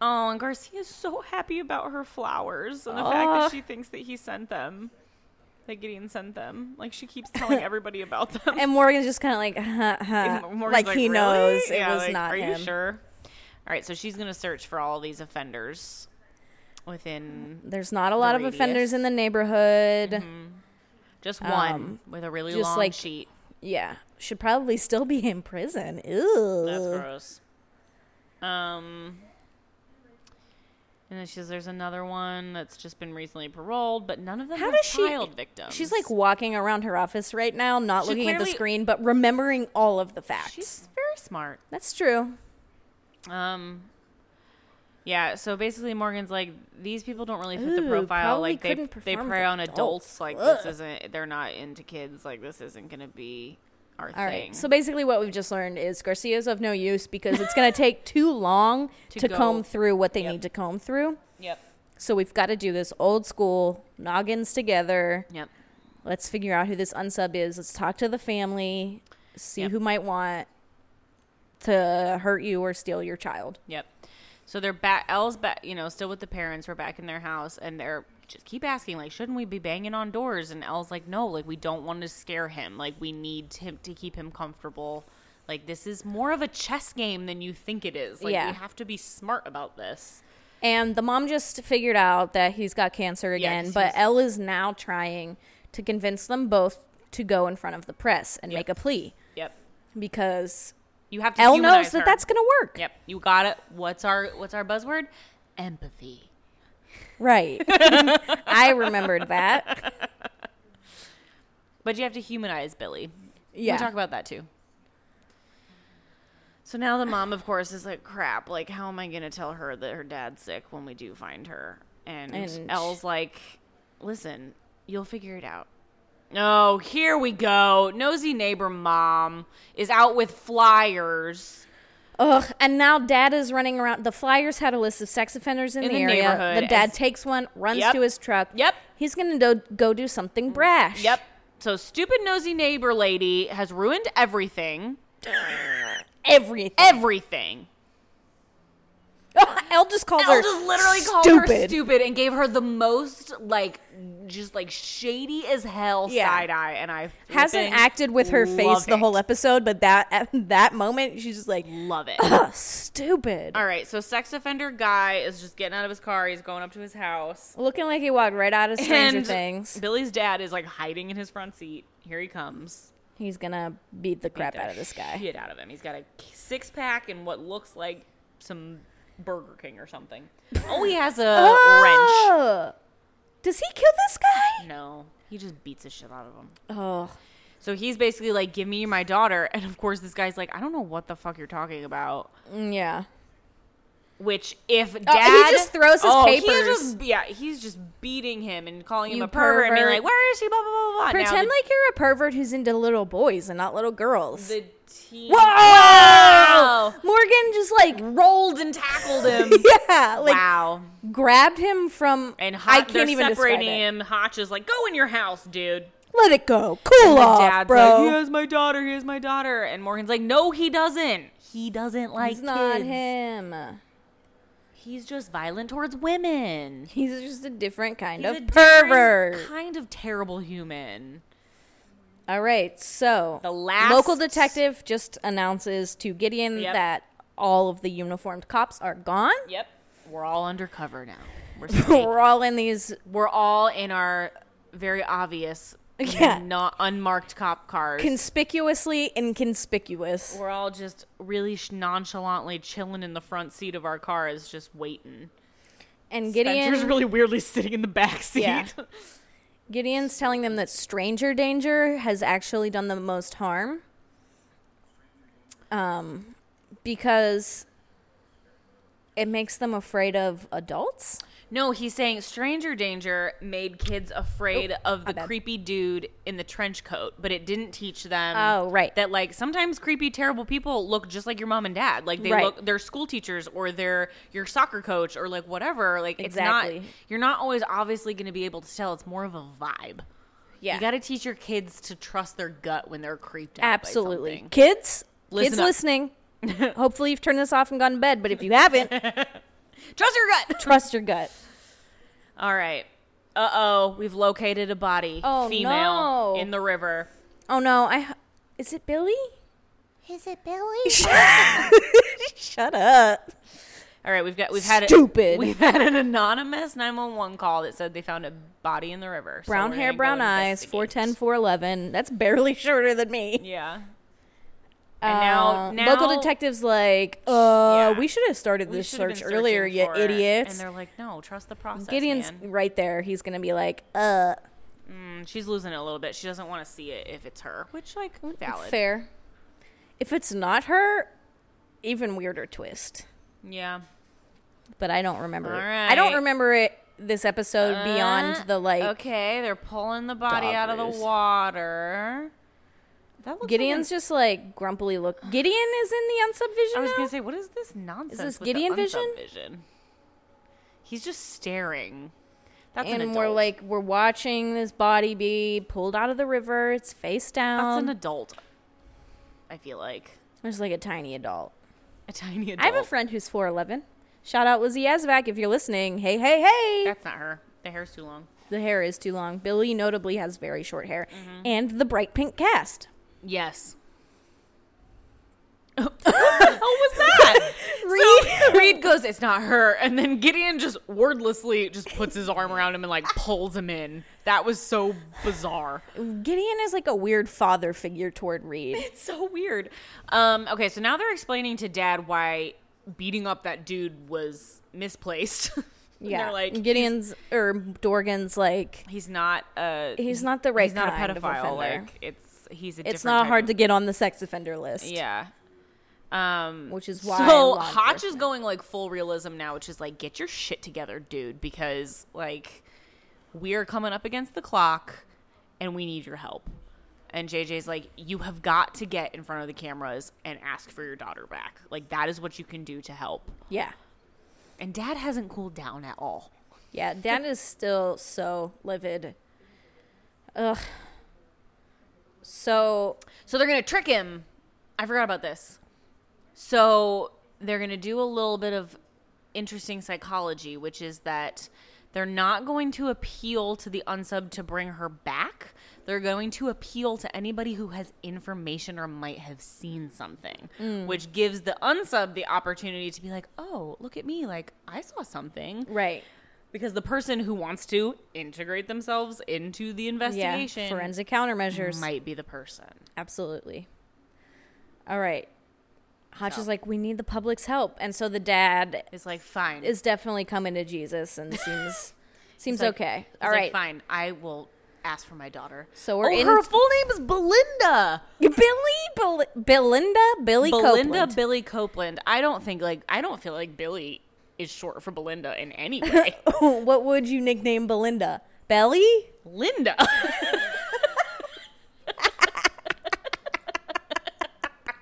B: Oh, and Garcia's so happy about her flowers and the fact
A: Aw.
B: that she thinks that he sent them. That Gideon sent them. Like she keeps telling everybody about them.
A: And Morgan's just kind of like, huh, huh.
B: And Morgan's
A: Uh, like, he
B: "Really?"
A: knows it
B: Yeah,
A: was
B: like,
A: not
B: Are
A: him.
B: you sure? All right, so she's gonna search for all these offenders within
A: There's not a lot of
B: radius. Mm-hmm.
A: offenders in the neighborhood.
B: just one with a really
A: Um, just
B: long
A: like-
B: sheet.
A: Yeah, should probably still be in prison. Ew.
B: That's gross. Um, and then she says there's another one that's just been recently paroled, but none of them
A: How
B: have
A: does she-
B: child victims.
A: She's like walking around her office right now, not
B: She
A: looking at the
B: clearly-
A: screen, but remembering all of the facts.
B: she's very smart.
A: That's true.
B: Um, yeah. So basically, Morgan's like these people don't really fit the
A: Ooh,
B: profile.
A: probably
B: Like they
A: couldn't
B: they
A: perform
B: prey
A: for
B: on adults.
A: adults.
B: Like
A: Ugh.
B: this isn't. They're not into kids. Like this isn't gonna be our
A: All right.
B: thing.
A: So basically, what we've just learned is Garcia's of no use because it's going to
B: [laughs]
A: take too long to,
B: To go-
A: comb through what they
B: Yep.
A: need to comb through.
B: yep.
A: So we've got to do this old school noggins together.
B: Yep.
A: Let's figure out who this unsub is. Let's talk to the family, see
B: Yep.
A: who might want to hurt you or steal your child.
B: Yep. So they're back. Elle's back. You know, still with the parents. We're back in their house, and they're just keep asking, like, shouldn't we be banging on doors? And Elle's like, no, like we don't want to scare him. Like we need him to keep him comfortable. Like this is more of a chess game than you think it is. Like
A: Yeah.
B: we have to be smart about this.
A: And the mom just figured out that he's got cancer again,
B: 'cause
A: but
B: he's-
A: Elle is now trying to convince them both to go in front of the press and make a plea
B: Yep.
A: because
B: You have to.
A: Elle
B: humanize
A: knows that
B: her.
A: that's going to work.
B: Yep. You got it. What's our What's our buzzword? Empathy.
A: Right.
B: [laughs]
A: I remembered that.
B: But you have to humanize Billy.
A: Yeah.
B: We talk about that too. So now the mom, of course, is like, crap, like, how am I going to tell her that her dad's sick when we do find her? And,
A: And-
B: Elle's like, listen, you'll figure it out. Oh, here we go. Nosy neighbor mom is out with flyers.
A: Ugh, and now dad is running around. The flyers had a list of sex offenders in,
B: In
A: the,
B: the
A: area.
B: neighborhood
A: The dad
B: as-
A: takes one, runs
B: Yep.
A: to his truck.
B: Yep.
A: He's going to do, go do something brash.
B: Yep. So stupid nosy neighbor lady has ruined everything.
A: Everything. [laughs]
B: Everything.
A: Elle just calls her
B: Elle just literally called her stupid and gave her the most like just like shady as hell
A: Yeah.
B: side eye, and I
A: Hasn't
B: flipping
A: acted with her face
B: love
A: the
B: it.
A: whole episode, but that [laughs] at that moment she's just like [clears throat]
B: Love it.
A: "Ugh, stupid.
B: [laughs] All right, so sex offender guy is just getting out of his car. He's going up to his house.
A: Looking like he walked right out of Stranger
B: and
A: Things.
B: Billy's dad is like hiding in his front seat. Here he comes.
A: He's gonna beat the crap
B: Beat the
A: out of this guy.
B: Shit out of him. He's got a six pack and what looks like some Burger King or something. Oh,
A: [laughs]
B: he has a
A: Ah!
B: wrench.
A: Ugh. Does he kill this guy?
B: No, he just beats the shit out of him.
A: Oh,
B: So he's basically like, "Give me my daughter," and of course, this guy's like, "I don't know what the fuck you're talking about."
A: mm, yeah.
B: Which, if dad,
A: Oh, just throws his
B: he's
A: papers.
B: just- yeah, he's just beating him and calling him
A: You
B: a pervert, and being
A: pervert.
B: like, "Where is she?" Blah blah blah blah. Now
A: Pretend like you're a pervert who's into little boys and not little girls.
B: the, the teen
A: Whoa!
B: Wow!
A: Morgan just like
B: rolled and tackled him.
A: [laughs] yeah, [laughs] like
B: wow!
A: grabbed him from
B: And
A: I
B: Hotch,
A: can't even describe
B: separating
A: it.
B: him. Hotch is like, "Go in your house, dude."
A: Let it go. Cool
B: The
A: off,
B: dad's
A: bro.
B: like, "Here's my daughter. Here's my daughter." And Morgan's like, "No, he doesn't. He doesn't like
A: He's not
B: kids.
A: him.
B: He's just violent towards women."
A: He's just a different kind
B: He's
A: of
B: a different
A: pervert.
B: Kind of terrible human.
A: All right, so
B: The last-
A: local detective just announces to Gideon
B: Yep.
A: that all of the uniformed cops are gone.
B: Yep. We're all undercover now. [laughs] We're,
A: We're
B: safe.
A: all in these.
B: We're all in our very obvious,
A: Yeah.
B: not unmarked cop cars.
A: Conspicuously inconspicuous.
B: We're all just really sh- nonchalantly chilling in the front seat of our cars, just waiting.
A: And Gideon,
B: Spencer's really weirdly sitting in the back seat.
A: Yeah. [laughs] Gideon's telling them that stranger danger has actually done the most harm. Um, because it makes them afraid of adults.
B: no, he's saying stranger danger made kids afraid of
A: Oh, my
B: the
A: bad.
B: creepy dude in the trench coat, but it didn't teach them.
A: Oh, right.
B: that like sometimes creepy terrible people look just like your mom and dad like they
A: Right.
B: look they're school teachers or they're your soccer coach or like whatever like it's
A: Exactly.
B: not you're not always obviously going to be able to tell it's more of a vibe
A: yeah,
B: you got to teach your kids to trust their gut when they're creeped out by
A: absolutely.
B: something.
A: Kids,
B: Listen
A: kids [laughs]
B: up.
A: listening. Hopefully, you've turned this off and gone to bed. But if you [laughs] haven't,
B: trust your gut [laughs]
A: trust your gut.
B: all right uh-oh we've located a body
A: Oh,
B: female
A: no.
B: in the river
A: Oh no, I is it Billy?
C: Is it Billy?
A: [laughs] Shut up.
B: all right we've got we've had
A: Stupid.
B: a, we've had an anonymous 911 call that said they found a body in the river So
A: Brown
B: we're
A: hair,
B: gonna go
A: brown eyes,
B: investigate.
A: 410, 411. That's barely [laughs] shorter than me.
B: yeah And now-
A: Uh,
B: now-
A: local detectives like, uh,
B: Yeah.
A: we should have started
B: We
A: this
B: should've been
A: search earlier,
B: searching
A: you
B: for it. And
A: idiots.
B: they're like, no, trust the process.
A: Gideon's
B: man.
A: right there. He's gonna be like, uh,
B: Mm, she's losing it a little bit. She doesn't want to see it if it's her, which like valid.
A: fair. If it's not her, even weirder twist.
B: Yeah.
A: But I don't remember.
B: All
A: it. I don't
B: right.
A: remember it. This episode
B: Uh,
A: beyond the like.
B: Okay, they're pulling the body out of
A: Dogger's.
B: the water. That looks
A: Gideon's
B: Like
A: just like grumpily look. Gideon is in the unsub vision.
B: an, I was
A: now?
B: gonna say, what is this nonsense?
A: this
B: with the
A: Gideon
B: unsub
A: vision?
B: Vision. He's just staring. That's
A: and
B: an adult.
A: we're like we're watching this body be pulled out of the river. It's face
B: that's an
A: down.
B: adult. I feel like
A: There's like a tiny adult.
B: a tiny adult.
A: I have a friend who's 4'11. Shout out Lizzie Yazvac if you're listening. Hey, hey, hey.
B: That's not her. The hair's too long.
A: The hair is too long. Billy notably has very short hair
B: Mm-hmm.
A: and the bright pink
B: [laughs]
A: cast.
B: Yes. what the hell was
A: [laughs]
B: that? Reed. Reed goes, "It's not her," and then Gideon just wordlessly just puts his arm around him and like pulls him in. That was so bizarre.
A: Gideon is like a weird father figure toward
B: [laughs]
A: Reed.
B: It's so weird. Um, okay, so now they're explaining to Dad why beating up that dude was misplaced. [laughs] And
A: Yeah.
B: they're like
A: Gideon's or Dorgan's like
B: he's not a
A: he's not the right
B: he's not a
A: kind of
B: pedophile.
A: offender.
B: Like it's he's a.
A: It's
B: different
A: not
B: type
A: hard
B: of-
A: to get on the sex offender list.
B: Yeah. Um,
A: Which is why
B: So
A: law
B: Hotch is
A: enforcement-
B: going like full realism now, which is like, get your shit together, dude, because like we're coming up against the clock and we need your help. And JJ's like, you have got to get in front of the cameras and ask for your daughter back. Like that is what you can do to help.
A: Yeah.
B: And Dad hasn't cooled down at all.
A: Yeah, Dad is still so livid. Ugh. So
B: So they're gonna trick him. I forgot about this. So they're gonna do a little bit of interesting psychology, which is that they're not going to appeal to the unsub to bring her back. They're going to appeal to anybody who has information or might have seen something, which gives the unsub the opportunity to be like, "Oh, look at me! Like I saw something."
A: right,
B: Because the person who wants to integrate themselves into the
A: yeah,
B: investigation
A: forensic countermeasures,
B: might be the person.
A: absolutely. All right, Hotch is like, we need the public's help, and so the dad
B: It's like fine.
A: is definitely coming to Jesus and seems seems
B: It's like-
A: okay.
B: it's
A: All
B: like,
A: right,
B: fine. I will ask for my daughter.
A: So we're
B: oh,
A: in-
B: Her full name is Belinda.
A: Billy, Bel- Belinda, Billy,
B: Belinda
A: Copeland.
B: Billy Copeland. I don't think like I don't feel like Billy is short for Belinda in any
A: [laughs]
B: way.
A: what would you nickname Belinda? Belly?
B: Linda. [laughs] I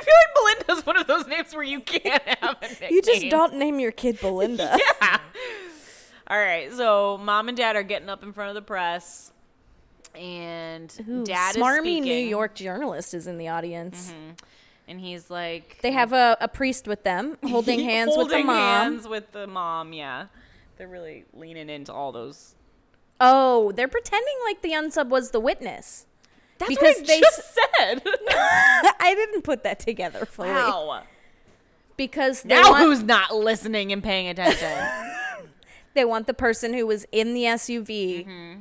B: feel like Belinda's one of those names where you can't have a nickname.
A: You just don't name your kid Belinda.
B: All right, so mom and dad are getting up in front of the press, and
A: Ooh,
B: dad is
A: smarmy
B: speaking, Mm-hmm.
A: New York journalist is in the audience.
B: and he's like
A: They have a, a priest with
B: [laughs]
A: them, holding hands with the
B: Holding
A: mom.
B: hands with the mom, yeah. They're really leaning into all those.
A: Oh, they're pretending like the unsub was the witness. [laughs]
B: That's
A: Because they
B: [laughs]
A: [laughs]
B: said.
A: I didn't put that together fully
B: wow.
A: because they
B: Now
A: want,
B: who's not listening and paying
A: [laughs]
B: attention?
A: they want the person who was in the SUV
B: Mm-hmm.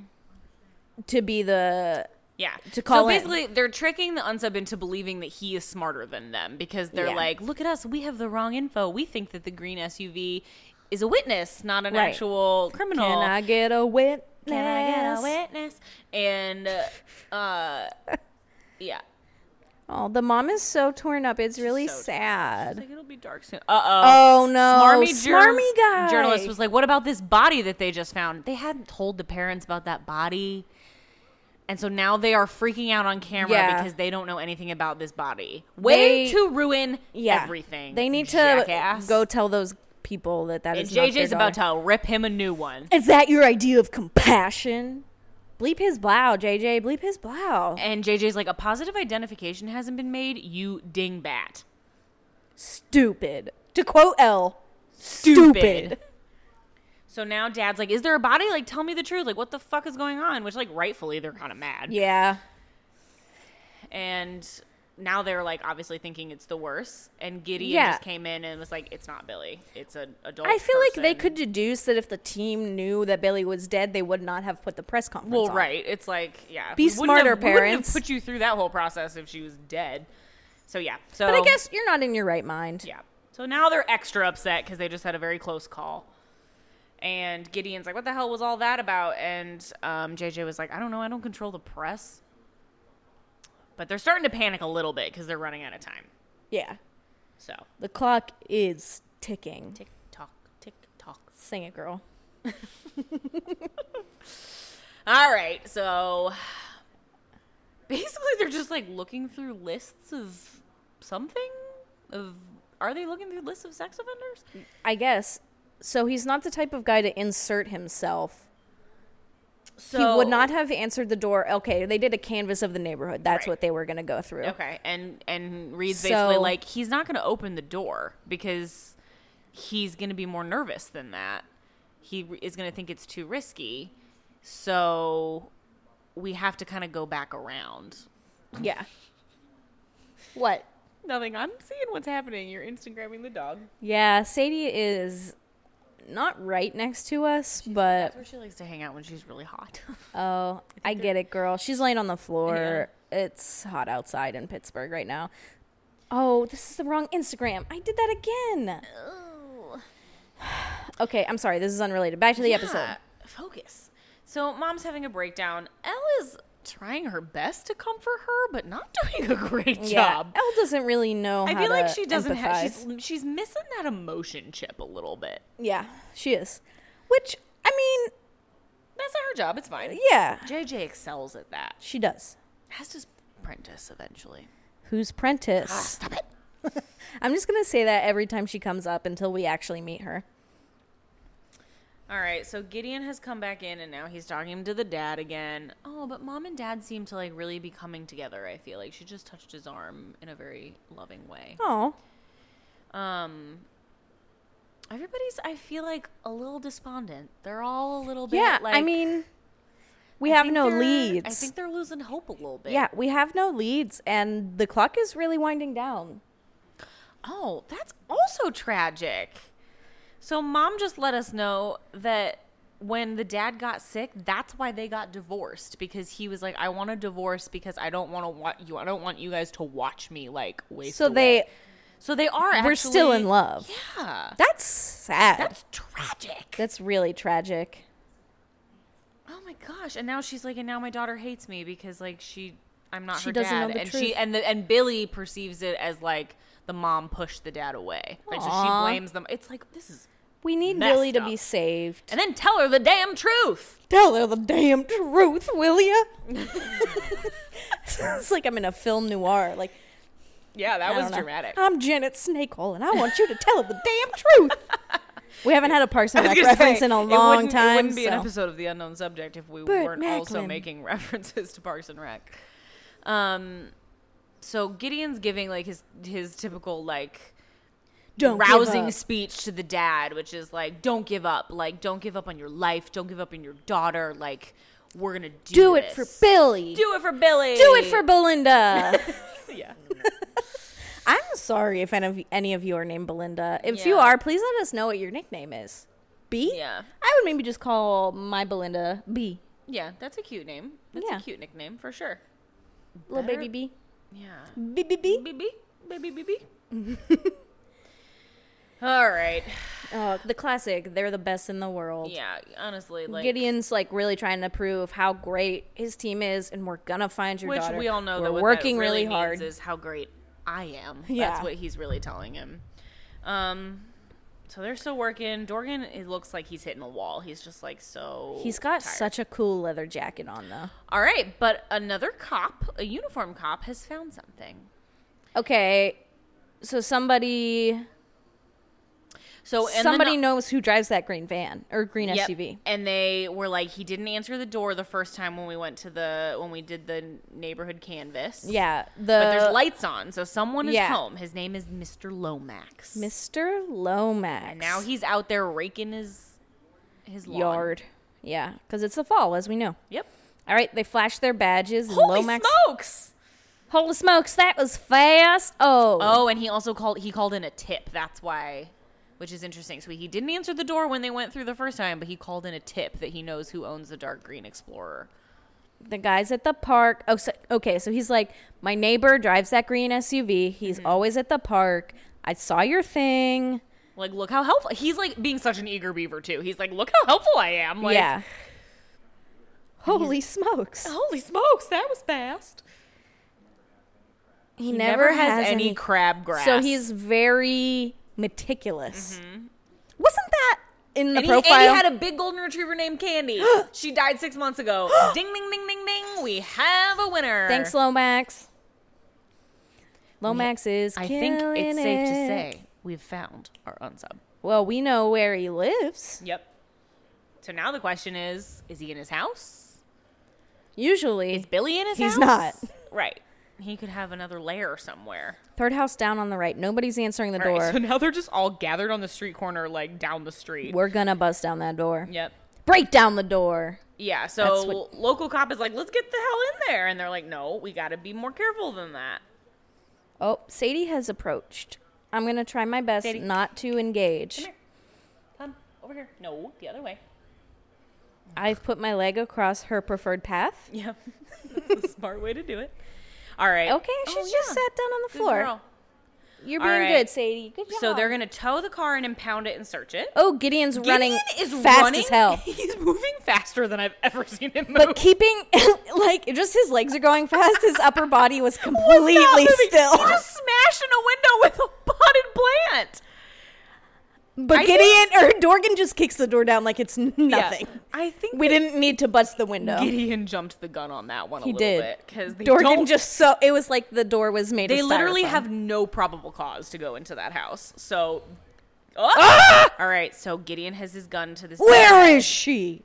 A: to be the
B: yeah.
A: To call
B: so
A: in.
B: basically, they're tricking the unsub into believing that he is smarter than them because they're
A: Yeah.
B: like, look at us. We have the wrong info. We think that the green SUV is a witness, not an
A: Right.
B: actual criminal.
A: Can I get a witness?
B: Can I get a witness? And,
A: [laughs]
B: uh, yeah.
A: Oh, the mom is so torn up. It's really
B: so torn up.
A: sad.
B: Like, it'll be dark soon. Uh oh.
A: oh no, smarmy,
B: jour-
A: guy.
B: journalist was like, "What about this body that they just found? They hadn't told the parents about that body, and so now they are freaking out on camera
A: Yeah.
B: because they don't know anything about this body. Way
A: They-
B: to ruin
A: yeah.
B: everything.
A: They need to
B: jackass.
A: go tell those people that that
B: And
A: is.
B: JJ's
A: not their
B: about to rip him a new one,
A: Is that your idea of compassion? Bleep his blow, JJ. Bleep his blow.
B: and JJ's like, "A positive identification hasn't been made. You dingbat."
A: Stupid. To quote L, stupid.
B: So now dad's like, is there a body? Like, tell me the truth. Like, what the fuck is going on? Which, like, rightfully, they're kind of mad.
A: Yeah.
B: and now they're like obviously thinking it's the worst. And Gideon
A: Yeah.
B: just came in and was like, "It's not Billy. It's an adult."
A: I feel like they
B: person."
A: could deduce that if the team knew that Billy was dead, they would not have put the press conference
B: Well,
A: on.
B: right. It's like yeah,
A: Be
B: wouldn't have-
A: smarter,
B: we wouldn't have
A: parents.
B: Put you through that whole process if she was dead. So yeah. So
A: But I guess you're not in your right mind.
B: yeah. So now they're extra upset because they just had a very close call. And Gideon's like, "What the hell was all that about?" And um, JJ was like, "I don't know. I don't control the press." But they're starting to panic a little bit because they're running out of time.
A: Yeah.
B: So
A: The clock is ticking.
B: tick tock, tick tock.
A: Sing it, girl.
B: All right, so [sighs] basically they're just like looking through lists of something of are they looking through lists of sex offenders?
A: I guess. So he's not the type of guy to insert himself.
B: So
A: he would not have answered the door. Okay, they did a canvas of the neighborhood. That's
B: Right.
A: what they were going to go through.
B: Okay, and and Reed's basically
A: So-
B: like he's not going to open the door because he's going to be more nervous than that. He is going to think it's too risky. So we have to kind of go back around.
A: Yeah. What?
B: Nothing. I'm seeing what's happening. You're Instagramming the dog.
A: Yeah, Sadie is not right next to us, but
B: That's where she likes to hang out when she's really hot. [laughs]
A: oh, I get it, girl. She's laying on the floor. It's hot outside in Pittsburgh right now. Oh, this is the wrong Instagram. I did that again. [sighs] Okay, I'm sorry. This is unrelated. Back to the episode.
B: Focus. So mom's having a breakdown. Elle is trying her best to comfort her, but not [laughs] doing a great
A: Yeah,
B: job.
A: Elle doesn't really know.
B: I
A: how
B: feel like
A: to
B: she doesn't have. She's
A: empathize.
B: she's missing that emotion chip a little bit.
A: Yeah, she is. Which I mean,
B: That's not her job. It's fine.
A: yeah,
B: JJ excels at that.
A: she does.
B: As does Prentice eventually.
A: Who's Prentice?
B: Stop it.
A: I'm just gonna say that every time she comes up until we actually meet her.
B: All right, so Gideon has come back in and now he's talking to the dad again. Oh, but mom and dad seem to like really be coming together. I feel like she just touched his arm in a very loving way.
A: Oh,
B: Um everybody's I feel like a little despondent. They're all a little bit
A: yeah.
B: like
A: I mean, we
B: I
A: have
B: think
A: no
B: they're-
A: leads.
B: I think they're losing hope a little bit.
A: yeah, we have no leads, and the clock is really winding down.
B: Oh, that's also tragic. So mom just let us know that when the dad got sick, that's why they got divorced because he was like, "I want a divorce because I don't want to watch you. I don't want you guys to watch me like waste."
A: So they
B: away." so they are. Actually,
A: we're still in love.
B: Yeah,
A: That's sad.
B: that's tragic.
A: That's really tragic.
B: Oh my gosh! And now she's like, and now my daughter hates me because like she, I'm not
A: She
B: her
A: doesn't know
B: dad,
A: the
B: and
A: truth.
B: she and the and Billy perceives it as like the mom pushed the dad away, right? So she
A: Aw.
B: blames them. It's like this is,
A: We need
B: Messed
A: Willie to be
B: up.
A: saved.
B: and then tell her the damn truth.
A: Tell her the damn truth, will ya? [laughs] it's like I'm in a film noir. Like
B: Yeah,
A: I
B: that
A: don't
B: was
A: know.
B: dramatic. [laughs]
A: I'm Janet Snakehole, and I want you to tell her the damn truth. We haven't had a Parks and Rec reference in a long time.
B: It wouldn't be an
A: so-
B: episode of the unknown subject if we
A: Burt
B: weren't also
A: Macklin.
B: making [laughs] references to Parks and Rec. Um, so Gideon's giving like his his typical like
A: Don't give
B: rousing
A: up.
B: speech to the dad, which is like, "Don't give up. Like, don't give up on your life. Don't give up on your daughter. Like, we're gonna do,
A: Do it for
B: this.
A: Billy.
B: Do it for Billy.
A: Do it for Belinda.
B: [laughs]
A: [laughs]
B: yeah.
A: I'm sorry if any of, any of you are named Belinda. If you
B: Yeah.
A: are, please let us know what your nickname is. B.
B: Yeah.
A: I would maybe just call my Belinda B.
B: Yeah, that's a cute name. That's
A: Yeah.
B: a cute nickname for sure.
A: Little
B: Better-
A: baby B.
B: Yeah.
A: B B B.
B: BB, baby BB.
A: [laughs]
B: All right.
A: Oh, the classic. They're the best in the world.
B: Yeah, honestly, like
A: Gideon's like really trying to prove how great his team is, and we're gonna find your
B: which
A: daughter.
B: we all know
A: we're
B: that what
A: working
B: that really,
A: really hard.
B: means is how great I am.
A: Yeah.
B: That's what he's really telling him. Um so they're still working. Dorgan it looks like he's hitting a wall. He's just like so
A: He's got
B: tired.
A: such a cool leather jacket on though.
B: All right, but another cop, a uniform cop has found something.
A: Okay, so somebody
B: So Oh, and the
A: somebody
B: no-
A: knows who drives that green van or green
B: Yep.
A: SUV.
B: And they were like, he didn't answer the door the first time when we went to the when we did the neighborhood canvas.
A: Yeah, the
B: But there's lights on, so someone is
A: yeah.
B: home. His name is Mr. Lomax.
A: Mr. Lomax.
B: and now he's out there raking his his lawn.
A: yard. Yeah, because it's the fall, as we know.
B: Yep.
A: All right, they flash their badges. and
B: Holy
A: Lomax.
B: smokes!
A: Holy smokes, that was fast. Oh,
B: Oh, and he also called he called in a tip. That's why which is interesting. So he didn't answer the door when they went through the first time, but he called in a tip that he knows who owns the dark green explorer.
A: the guys at the park. Oh, so, okay. So he's like, my neighbor drives that green SUV. He's
B: Mm-hmm.
A: always at the park. I saw your thing.
B: Like, look how helpful he's like being such an eager beaver too. He's like, look how helpful I am. Like,
A: yeah. Oh, Holy smokes!
B: Holy smokes, that was fast.
A: He,
B: He never, has, any, crabgrass.
A: So he's very meticulous.
B: Mm-hmm.
A: Wasn't that in the
B: and he, and he
A: profile?
B: had a big golden retriever named
A: [gasps]
B: Candy. she died six months ago. ding, ding, ding, ding, ding. We have a winner.
A: Thanks, Lomax. Lomax is.
B: I think it's
A: killing
B: safe to
A: it.
B: say we've found our unsub.
A: Well, we know where he lives.
B: Yep. So now the question is: Is he in his house?
A: Usually,
B: Is Billy in his
A: He's
B: house?
A: not.
B: Right. He could have another lair somewhere.
A: third house down on the right. Nobody's answering the
B: All
A: door.
B: [laughs] right, so now they're just all gathered on the street corner, like down the street.
A: We're gonna bust down that door.
B: Yep.
A: Break down the door.
B: Yeah,
A: That's
B: so
A: what-
B: local cop is like, let's get the hell in there. And they're like, no, we got to be more careful than that.
A: Oh, Sadie has approached. I'm gonna try my best
B: Sadie.
A: not to engage.
B: here. Come over here. No, the other way.
A: I've put my leg across her preferred path.
B: Yeah. [laughs] That's the smart way to do it. All right.
A: Okay, she
B: Oh,
A: just
B: yeah.
A: sat down on the
B: Good
A: floor.
B: girl.
A: You're
B: All
A: being
B: right.
A: good, Sadie. Good job.
B: So they're going to tow the car and impound it and search it.
A: Oh, Gideon's running
B: Gideon
A: fast
B: running-
A: as hell.
B: [laughs] He's moving faster than I've ever seen him move. [laughs]
A: But keeping [laughs] like just his legs are going fast, his upper body
B: [laughs]
A: was completely still.
B: He's just smashing a window with a potted plant.
A: But
B: I
A: Gideon or Dorgan just kicks the door down like it's nothing.
B: Yeah. I think
A: We didn't need to bust the window.
B: Gideon jumped the gun on that one a
A: He
B: little
A: did.
B: bit because they
A: Dorgan
B: don't-
A: just so it was like the door was made.
B: they
A: of
B: literally
A: styrofoam.
B: have no probable cause to go into that house. So, Oh! all right. So Gideon has his gun to this.
A: Ah! Where
B: guy,
A: is she?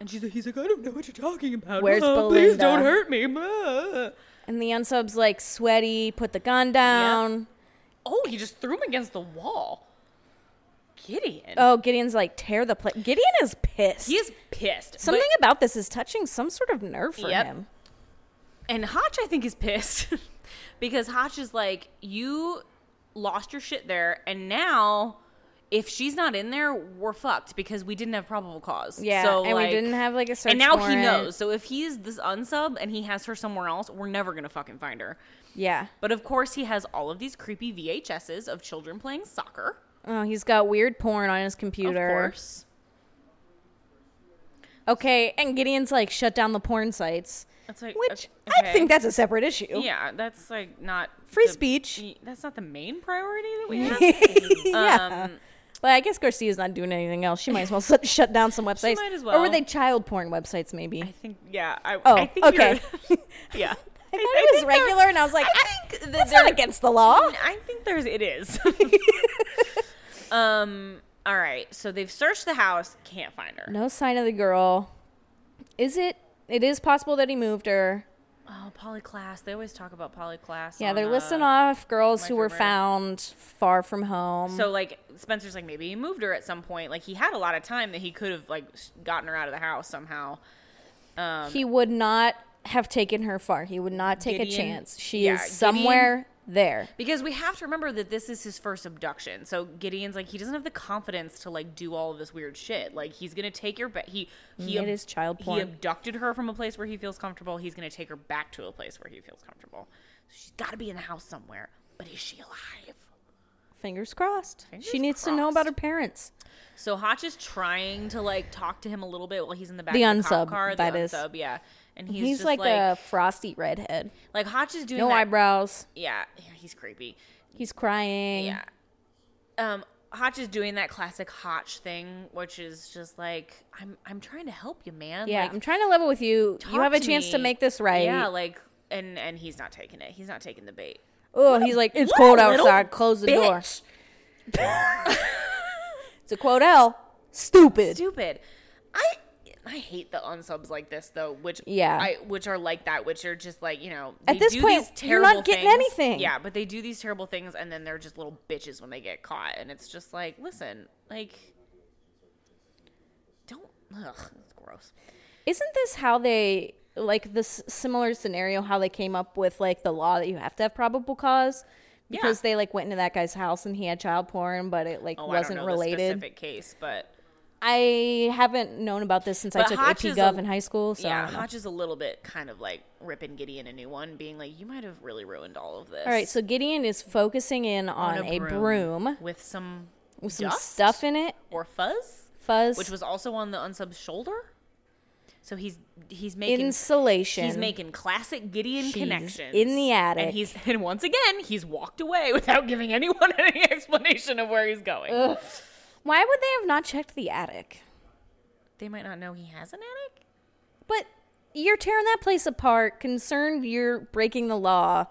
B: And she's like, he's like, I don't know what you're talking about.
A: Where's
B: Uh, Please don't
A: Belinda?"
B: hurt me. Uh.
A: And the unsub's like sweaty. Put the gun down.
B: Oh, he just threw him against the wall. Gideon.
A: Oh, Gideon's like tear the plate. Gideon is pissed.
B: He is pissed.
A: Something about this is touching some sort of nerve for
B: Yep.
A: him.
B: And Hotch, I think, is pissed [laughs] because Hotch is like, you lost your shit there, and now if she's not in there, we're fucked because we didn't have probable cause.
A: Yeah,
B: so,
A: and we
B: like-
A: didn't have, like, a search
B: And now he
A: warrant.
B: knows. So if he's this unsub and he has her somewhere else, we're never gonna fucking find her.
A: Yeah.
B: But of course, he has all of these creepy VHSs of children playing soccer.
A: Oh, he's got weird porn on his
B: Of
A: computer.
B: course.
A: Okay, and Gideon's like shut down the porn sites,
B: That's like,
A: which I
B: okay.
A: think that's a separate issue.
B: yeah, that's like not
A: Free
B: the-
A: speech.
B: y- That's not the main priority that
A: [laughs]
B: we have. Um,
A: yeah. but I guess Garcia's not doing anything else. She might as well [laughs] s- shut down some websites.
B: might as
A: Or were
B: well.
A: they child porn websites, maybe?
B: I think, yeah. I,
A: oh,
B: I think
A: okay.
B: you're- [laughs] yeah.
A: [laughs] I thought it was regular, and I was like,
B: I think that
A: that's not against the law.
B: there- I think there's.
A: [laughs]
B: It is. [laughs] um. All right. So they've searched the house. Can't find her.
A: No sign of the girl. Is it? It is possible that he moved her.
B: Oh, polyclass. They always talk about polyclass.
A: Yeah, they're
B: on,
A: listing
B: uh,
A: off girls who were
B: microburner.
A: found far from home.
B: So like Spencer's like maybe he moved her at some point. Like he had a lot of time that he could have like s- gotten her out of the house somehow. Um,
A: he would not have taken her far. He would not take a
B: Gideon-
A: chance. She
B: yeah,
A: is
B: Gideon-
A: somewhere there.
B: Because we have to remember that this is his first abduction. So Gideon's like he doesn't have the confidence to like do all of this weird shit. Like he's gonna take your ba- he he
A: It is child porn.
B: He abducted her from a place where he feels comfortable. He's gonna take her back to a place where he feels comfortable. So she's got to be in the house somewhere. But is she alive?
A: Fingers crossed. she
B: Fingers
A: needs to know about
B: crossed.
A: her parents.
B: So Hotch is trying to like talk to him a little bit while he's in the back
A: The
B: of the cop
A: unsub,
B: car.
A: that
B: the
A: is.
B: unsub, yeah. And he's,
A: He's,
B: just
A: like,
B: like
A: a frosty redhead.
B: like Hotch is doing
A: No
B: that-
A: eyebrows.
B: Yeah, yeah, he's creepy.
A: He's crying.
B: Yeah. Um, Hotch is doing that classic Hotch thing, which is just like, I'm I'm trying to help you, man.
A: Yeah,
B: Like,
A: I'm trying to level with you. You
B: talk
A: have a chance to
B: me.
A: make this right.
B: Yeah, like and and he's not taking it. He's not taking the bait.
A: oh, he's like, it's
B: What a
A: cold
B: little
A: outside. Close the door.
B: bitch.
A: It's a quote L. Stupid.
B: Stupid. I I hate the unsubs like this though, which
A: Yeah.
B: I which are like that, which are just like, you know,
A: At
B: they
A: this
B: do
A: point,
B: these
A: you're not
B: terrible
A: getting
B: things.
A: anything.
B: Yeah, but they do these terrible things and then they're just little bitches when they get caught and it's just like, listen, like don't ugh, it's gross.
A: Isn't this how they like this similar scenario? How they came up with like the law that you have to have probable cause because they like went into that guy's house and he had child porn, but it like
B: Oh,
A: wasn't
B: I don't know The
A: related.
B: specific case, but
A: I haven't known about this since I
B: But
A: took
B: Hotch
A: AP
B: is
A: Gov
B: a-
A: in high school. So I
B: yeah,
A: don't know.
B: Hotch is a little bit kind of like ripping Gideon a new one, being like, "You might have really ruined all of this."
A: all right. So Gideon is focusing in on, a, broom,
B: with some
A: with some
B: dust
A: stuff in it,
B: or fuzz,
A: fuzz,
B: which was also on the unsub's shoulder. So he's he's making
A: insulation.
B: he's making classic Gideon
A: She's
B: connections
A: in the attic.
B: and he's and once again he's walked away [laughs] without giving anyone any explanation of where he's going.
A: Uh, Why would they have not checked the attic?
B: They might not know he has an attic.
A: But you're tearing that place apart. Concerned you're breaking the law,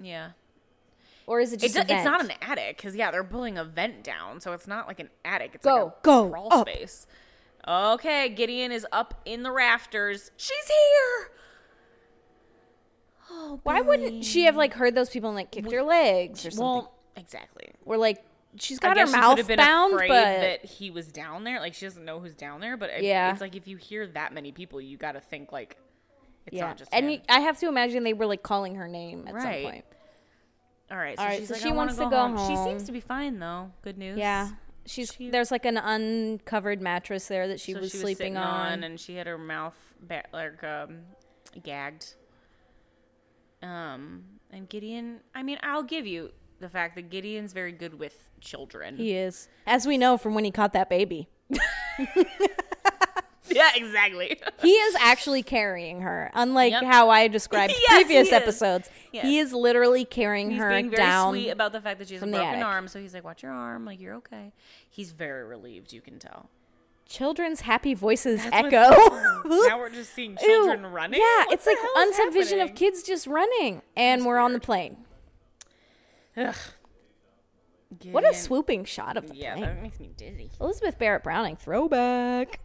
B: Yeah.
A: or is it
B: It's,
A: just? a
B: it's
A: vent?
B: not an attic because yeah, they're pulling a vent down, so it's not like an attic. It's
A: Go,
B: like a
A: go,
B: crawl
A: up.
B: space. Okay, Gideon is up in the rafters. She's here. Oh,
A: Why wouldn't she have like heard those people and like kicked her legs or something?
B: Well, exactly.
A: or like she's
B: I
A: got her
B: guess she could
A: mouth
B: have been
A: bound,
B: afraid
A: but
B: that he was down there. Like she doesn't know who's down there, but it-
A: Yeah.
B: it's like if you hear that many people, you got to think like it's
A: yeah.
B: not just
A: And
B: him.
A: you, I have to imagine they were like calling her name at
B: Right.
A: some point.
B: All right, so,
A: All right,
B: she's
A: so
B: like,
A: she
B: I wanna
A: wants to
B: go
A: go
B: She
A: home.
B: seems to be fine though. Good news.
A: Yeah, she's
B: She-
A: there's like an uncovered mattress there that she
B: So
A: was
B: she
A: sleeping
B: sitting
A: on.
B: and she had her mouth ba- like um, gagged. Um, and Gideon. I mean, I'll give you the fact that Gideon's very good with children.
A: he is, as we know from when he caught that baby.
B: [laughs] Yeah, exactly. [laughs]
A: He is actually carrying her, unlike
B: Yep.
A: how I described
B: [laughs] Yes,
A: previous
B: he is.
A: episodes.
B: Yes.
A: He is literally carrying
B: He's
A: her
B: being very
A: down.
B: sweet about the fact that she has a
A: from the
B: broken
A: attic.
B: arm, so he's like, "Watch your arm, like you're okay." He's very relieved, you can tell.
A: Children's happy voices
B: That's
A: echo. [laughs]
B: what- [laughs] now we're just seeing
A: Ew.
B: children running.
A: Yeah,
B: What
A: it's
B: the
A: like
B: hell is
A: unsaid vision of
B: happening?
A: kids just running, and we're on the plane.
B: Ugh.
A: What a
B: Gideon.
A: swooping shot of the
B: Yeah,
A: plane.
B: that makes me dizzy.
A: Elizabeth Barrett Browning throwback.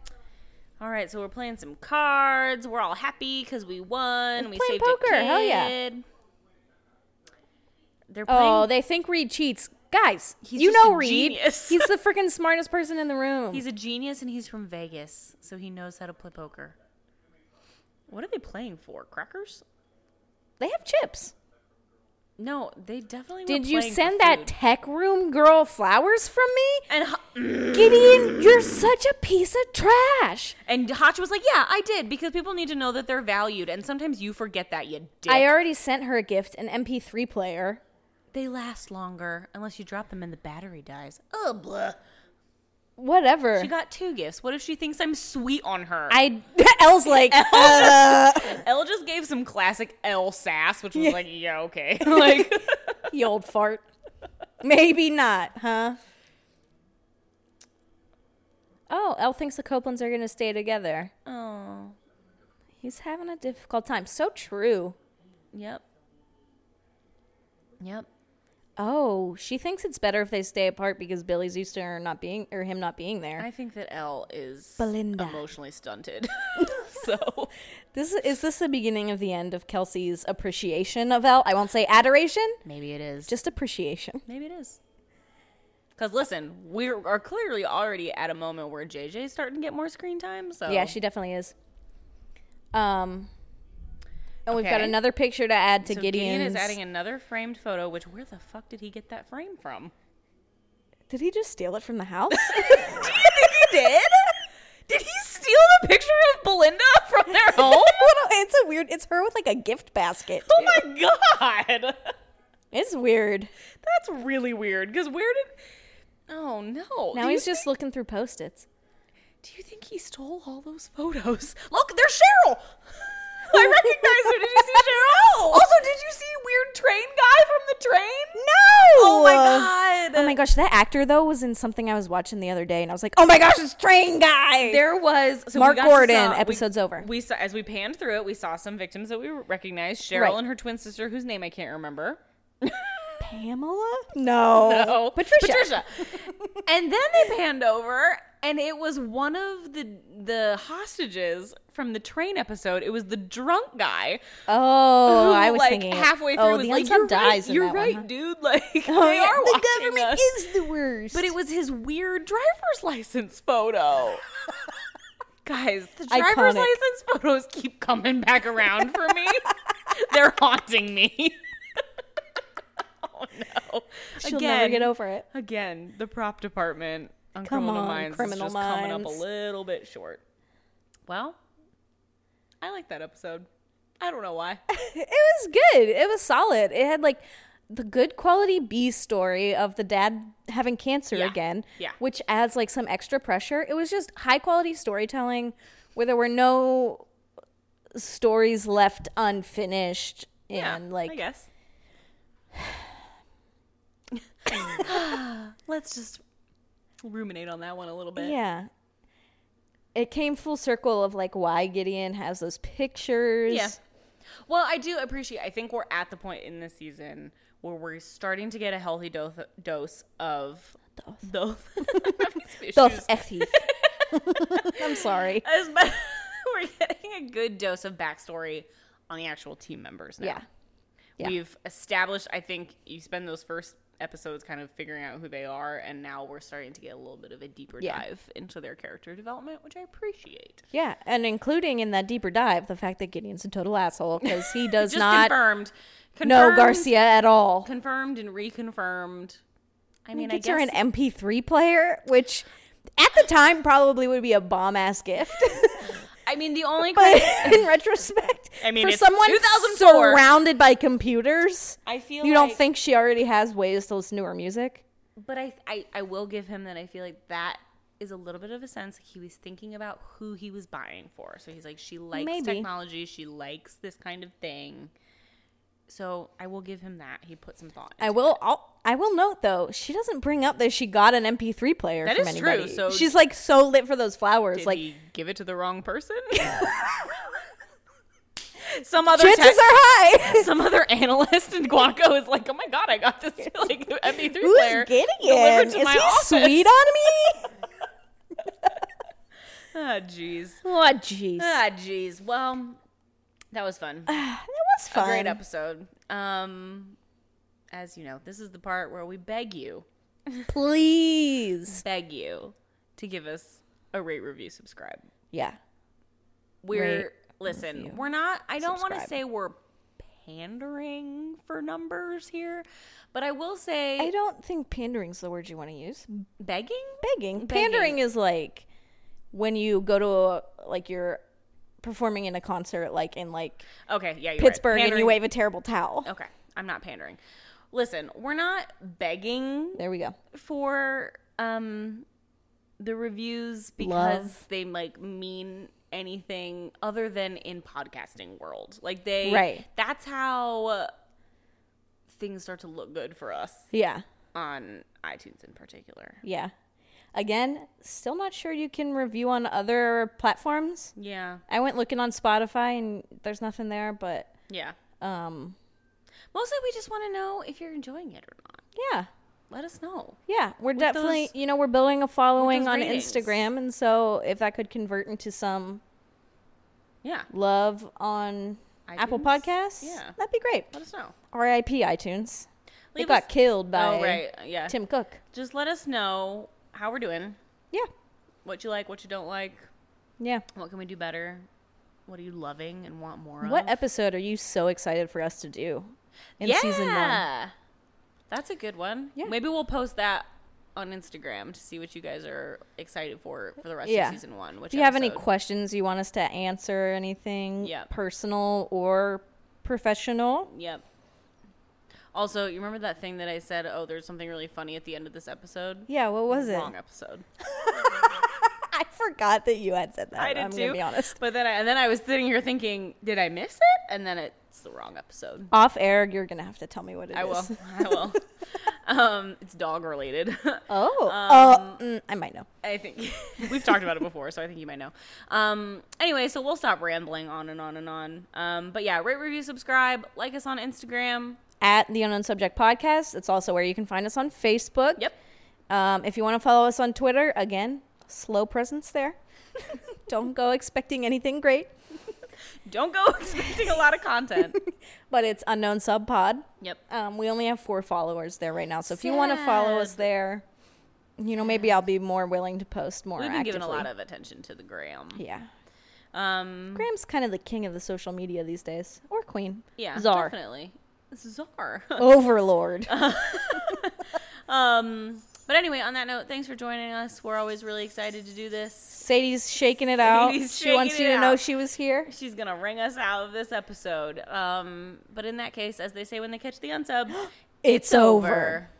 B: All right, so we're playing some cards. We're all happy because we won. We
A: playing
B: saved
A: poker,
B: a kid.
A: hell yeah.
B: They're playing.
A: Oh, they think Reed cheats, guys.
B: He's
A: you
B: just
A: know
B: a
A: Reed.
B: genius.
A: He's
B: [laughs]
A: the freaking smartest person in the room.
B: he's a genius and he's from Vegas, so he knows how to play poker. What are they playing for? Crackers?
A: they have chips.
B: No, they definitely.
A: Did
B: were
A: you
B: playing for
A: send that
B: food.
A: tech room girl flowers from me?
B: and Ho-
A: Gideon, you're such a piece of trash.
B: and Hotch was like, "Yeah, I did," because people need to know that they're valued, and sometimes you forget that you did.
A: I already sent her a gift, an MP3 player.
B: they last longer unless you drop them and the battery dies. Oh, blah.
A: Whatever.
B: She got two gifts. What if she thinks I'm sweet on her?
A: I [laughs] Elle's like, uh,
B: Elle just gave some classic Elle sass, which was like,
A: [laughs]
B: yeah, okay. [laughs] like,
A: you old fart. Maybe not, huh? Oh, Elle thinks the Copelands are gonna stay together.
B: oh,
A: He's having a difficult time. So true.
B: yep, yep.
A: Oh, she thinks it's better if they stay apart because Billy's used to her not being or him not being there.
B: I think that Elle is
A: Belinda. [laughs]
B: emotionally stunted. [laughs] so
A: This is this the beginning of the end of Kelsey's appreciation of Elle? I won't say adoration,
B: maybe it is.
A: just appreciation.
B: maybe it is. Because listen, we are clearly already at a moment where JJ's starting to get more screen time. So
A: Yeah, she definitely is. Um, and we've got
B: Okay.
A: another picture to add to
B: So
A: Gideon's.
B: Gideon is adding another framed photo. Which where the fuck did he get that frame from?
A: Did he just steal it from the [laughs] house?
B: [laughs] Do you think he did? Did he steal the picture of Belinda from [laughs] their home?
A: Oh, it's a weird. It's her with like a gift
B: [laughs]
A: basket.
B: Oh my god.
A: It's weird.
B: That's really weird. Because where did. Oh no.
A: Now
B: do
A: he's
B: you,
A: just looking through post-its.
B: Do you think he stole all those photos? [laughs] Look, there's Cheryl! [laughs] I recognize her. Did you see Cheryl? [laughs] Also, did you see Weird Train Guy from the train?
A: No!
B: Oh my god.
A: Oh my gosh, that actor though was in something I was watching the other day, and I was like, oh my gosh, it's Train Guy.
B: There was so we
A: Mark
B: got to
A: Gordon,
B: saw- we-
A: episode's over.
B: We saw as we panned through it, we saw some victims that we recognized: Cheryl
A: Right.
B: and her twin sister, whose name I can't remember.
A: Pamela? No.
B: Oh,
A: Patricia.
B: Patricia. [laughs] and then they panned over, and it was one of the the hostages from the train episode. It was the drunk guy.
A: Oh,
B: who,
A: I [laughs] was
B: like,
A: thinking it-
B: halfway through.
A: Oh,
B: was
A: the
B: like,
A: unsub
B: you're
A: dies.
B: Right,
A: in
B: you're
A: that one, [laughs]
B: right.
A: huh?
B: dude. Like
A: Oh,
B: they
A: yeah,
B: are
A: the
B: watching
A: government
B: us.
A: is the worst.
B: But it was his weird driver's license photo. [laughs] Guys, the
A: Iconic.
B: driver's license photos keep coming back around for
A: [laughs]
B: me. They're haunting me. [laughs] oh no.
A: she'll
B: again,
A: never get over it.
B: again, the prop department on
A: Come
B: Criminal
A: on,
B: Minds
A: Criminal
B: is just coming up
A: Minds.
B: a little bit short. Well, I like that episode. I don't know why.
A: It was good. It was solid. It had like the good quality B story of the dad having cancer
B: Yeah.
A: again,
B: Yeah.
A: which adds like some extra pressure. It was just high quality storytelling where there were no stories left unfinished and
B: Yeah, I
A: like
B: guess. [sighs] Let's just ruminate on that one a little bit.
A: yeah. It came full circle of like why Gideon has those pictures.
B: Yeah. Well, I do appreciate. I think we're at the point in this season where we're starting to get a healthy dose dose of [laughs] dose
A: Those ethies. [laughs] I'm sorry.
B: As [laughs] mu- we're getting a good dose of backstory on the actual team members now.
A: Yeah. yeah.
B: We've established. I think you spend those first episodes kind of figuring out who they are, and now we're starting to get a little bit of a deeper
A: Yeah.
B: dive into their character development, which I appreciate.
A: Yeah, and including in that deeper dive the fact that Gideon's a total asshole because
B: [laughs]
A: he does
B: Just
A: not
B: confirmed.
A: know
B: Confirmed.
A: Garcia at all.
B: confirmed and reconfirmed. I
A: He
B: mean, I
A: gets
B: guess
A: her an MP3 player, which at the time probably would be a bomb ass gift, [laughs]
B: I mean the only [laughs]
A: but
B: cri-
A: in retrospect,
B: I mean,
A: for
B: it's
A: someone
B: 2004.
A: surrounded by computers,
B: I feel
A: you don't
B: like-
A: think she already has ways to listen to her music?
B: but I, I I will give him that. I feel like that is a little bit of a sense like he was thinking about who he was buying for. So he's like, she likes
A: Maybe.
B: technology, she likes this kind of thing. So I will give him that. He put some thought.
A: I
B: into
A: will. I'll, I will note though, she doesn't bring up that she got an MP3 player.
B: That
A: from
B: is true,
A: anybody.
B: so-
A: she's like so lit for those flowers.
B: Did
A: like
B: [gasps] he give it to the wrong [laughs] person? some other
A: chances are
B: tech- [laughs]
A: high.
B: some other analyst in Guanaco is like, oh my god, I got [laughs] this like MP3
A: Who's
B: player
A: getting
B: delivered
A: it?
B: to
A: Is he
B: my office.
A: sweet
B: [laughs]
A: on me?
B: Ah, jeez.
A: oh jeez,
B: Ah, jeez. Well, that was fun.
A: [sighs] that Ah, was fun.
B: Great episode. Um, as you know, this is the part where we beg you,
A: Please,
B: beg you, to give us a rate, review, subscribe.
A: yeah.
B: We're
A: Rate,
B: listen.
A: review,
B: we're not. I don't want to
A: subscribe.
B: say we're pandering for numbers here, but I will say
A: I don't think pandering's the word you want to use.
B: begging.
A: Begging. Pandering is like when you go to a, like you're performing in a concert, like in like
B: Okay, yeah, you're
A: Pittsburgh,
B: right.
A: and you
B: Pandering- Oh.
A: wave a terrible towel.
B: Okay, I'm not pandering. Listen, we're not begging
A: There we go.
B: for um the reviews because
A: Love.
B: they like mean anything other than in podcasting world. Like they
A: Right.
B: that's how uh, things start to look good for us
A: Yeah,
B: on iTunes in particular.
A: yeah. Again, still not sure you can review on other platforms.
B: Yeah.
A: I went looking on Spotify and there's nothing there, but
B: Yeah.
A: um,
B: Mostly we just want to know if you're enjoying it or not.
A: yeah,
B: Let us know.
A: yeah. We're definitely,
B: those-
A: you know, we're building a following
B: those
A: on
B: ratings.
A: Instagram, and so if that could convert into some
B: Yeah.
A: love on Apple
B: iTunes?
A: Podcasts,
B: Yeah.
A: that'd be great.
B: Let us know.
A: RIP iTunes. they
B: Leave
A: got
B: us-
A: killed by
B: oh right. Yeah.
A: Tim Cook.
B: Just let us know how we're doing.
A: Yeah,
B: what you like, what you don't like,
A: yeah.
B: what can we do better, what are you loving and want more
A: What
B: of.
A: episode are you so excited for us to do in season one?
B: Yeah. That's a good one.
A: Yeah.
B: Maybe we'll post that on Instagram to see what you guys are excited for for the rest
A: Yeah.
B: of season one. Which
A: If you have any
B: episode.
A: questions you want us to answer, anything
B: Yeah.
A: personal or professional,
B: Yep. Also, you remember that thing that I said? Oh, there's something really funny at the end of this episode.
A: yeah. What was it?
B: Wrong episode.
A: [laughs] I forgot that you had said that.
B: I did
A: I'm
B: too.
A: gonna be honest.
B: But then, I, and then I was sitting here thinking, did I miss it? And then it's the wrong episode.
A: Off air, you're gonna have to tell me what it is.
B: I will. [laughs] I will. um, it's dog related.
A: [laughs] Oh,
B: Um,
A: oh, mm, I might know.
B: [laughs] I think [laughs] we've talked about it before, so I think you might know. Um, anyway, so we'll stop rambling on and on and on. Um, but yeah, rate, review, subscribe, like us on Instagram.
A: At the Unknown Subject Podcast. It's also where you can find us on Facebook.
B: Yep.
A: Um, if you want to follow us on Twitter, again, slow presence there. [laughs] Don't go expecting anything great,
B: Don't go [laughs] expecting a lot of content.
A: but it's Unknown Sub Pod.
B: [laughs] yep.
A: Um, we only have four followers there right now, so if you want to follow us
B: Sad.
A: there, you know maybe I'll be more willing to post more.
B: We've been
A: actively.
B: giving a lot of attention to the gram.
A: yeah.
B: Um,
A: Graham's kind of the king of the social media these days, or queen.
B: yeah,
A: czar,
B: definitely. Czar.
A: overlord.
B: [laughs] um, but anyway, on that note, thanks for joining us. We're always really excited to do this.
A: Sadie's shaking it out.
B: Sadie's
A: she wants
B: shaking
A: you
B: it
A: to know
B: out.
A: she was here.
B: She's gonna ring us out of this episode. Um, but in that case, as they say when they catch the unsub,
A: It's over.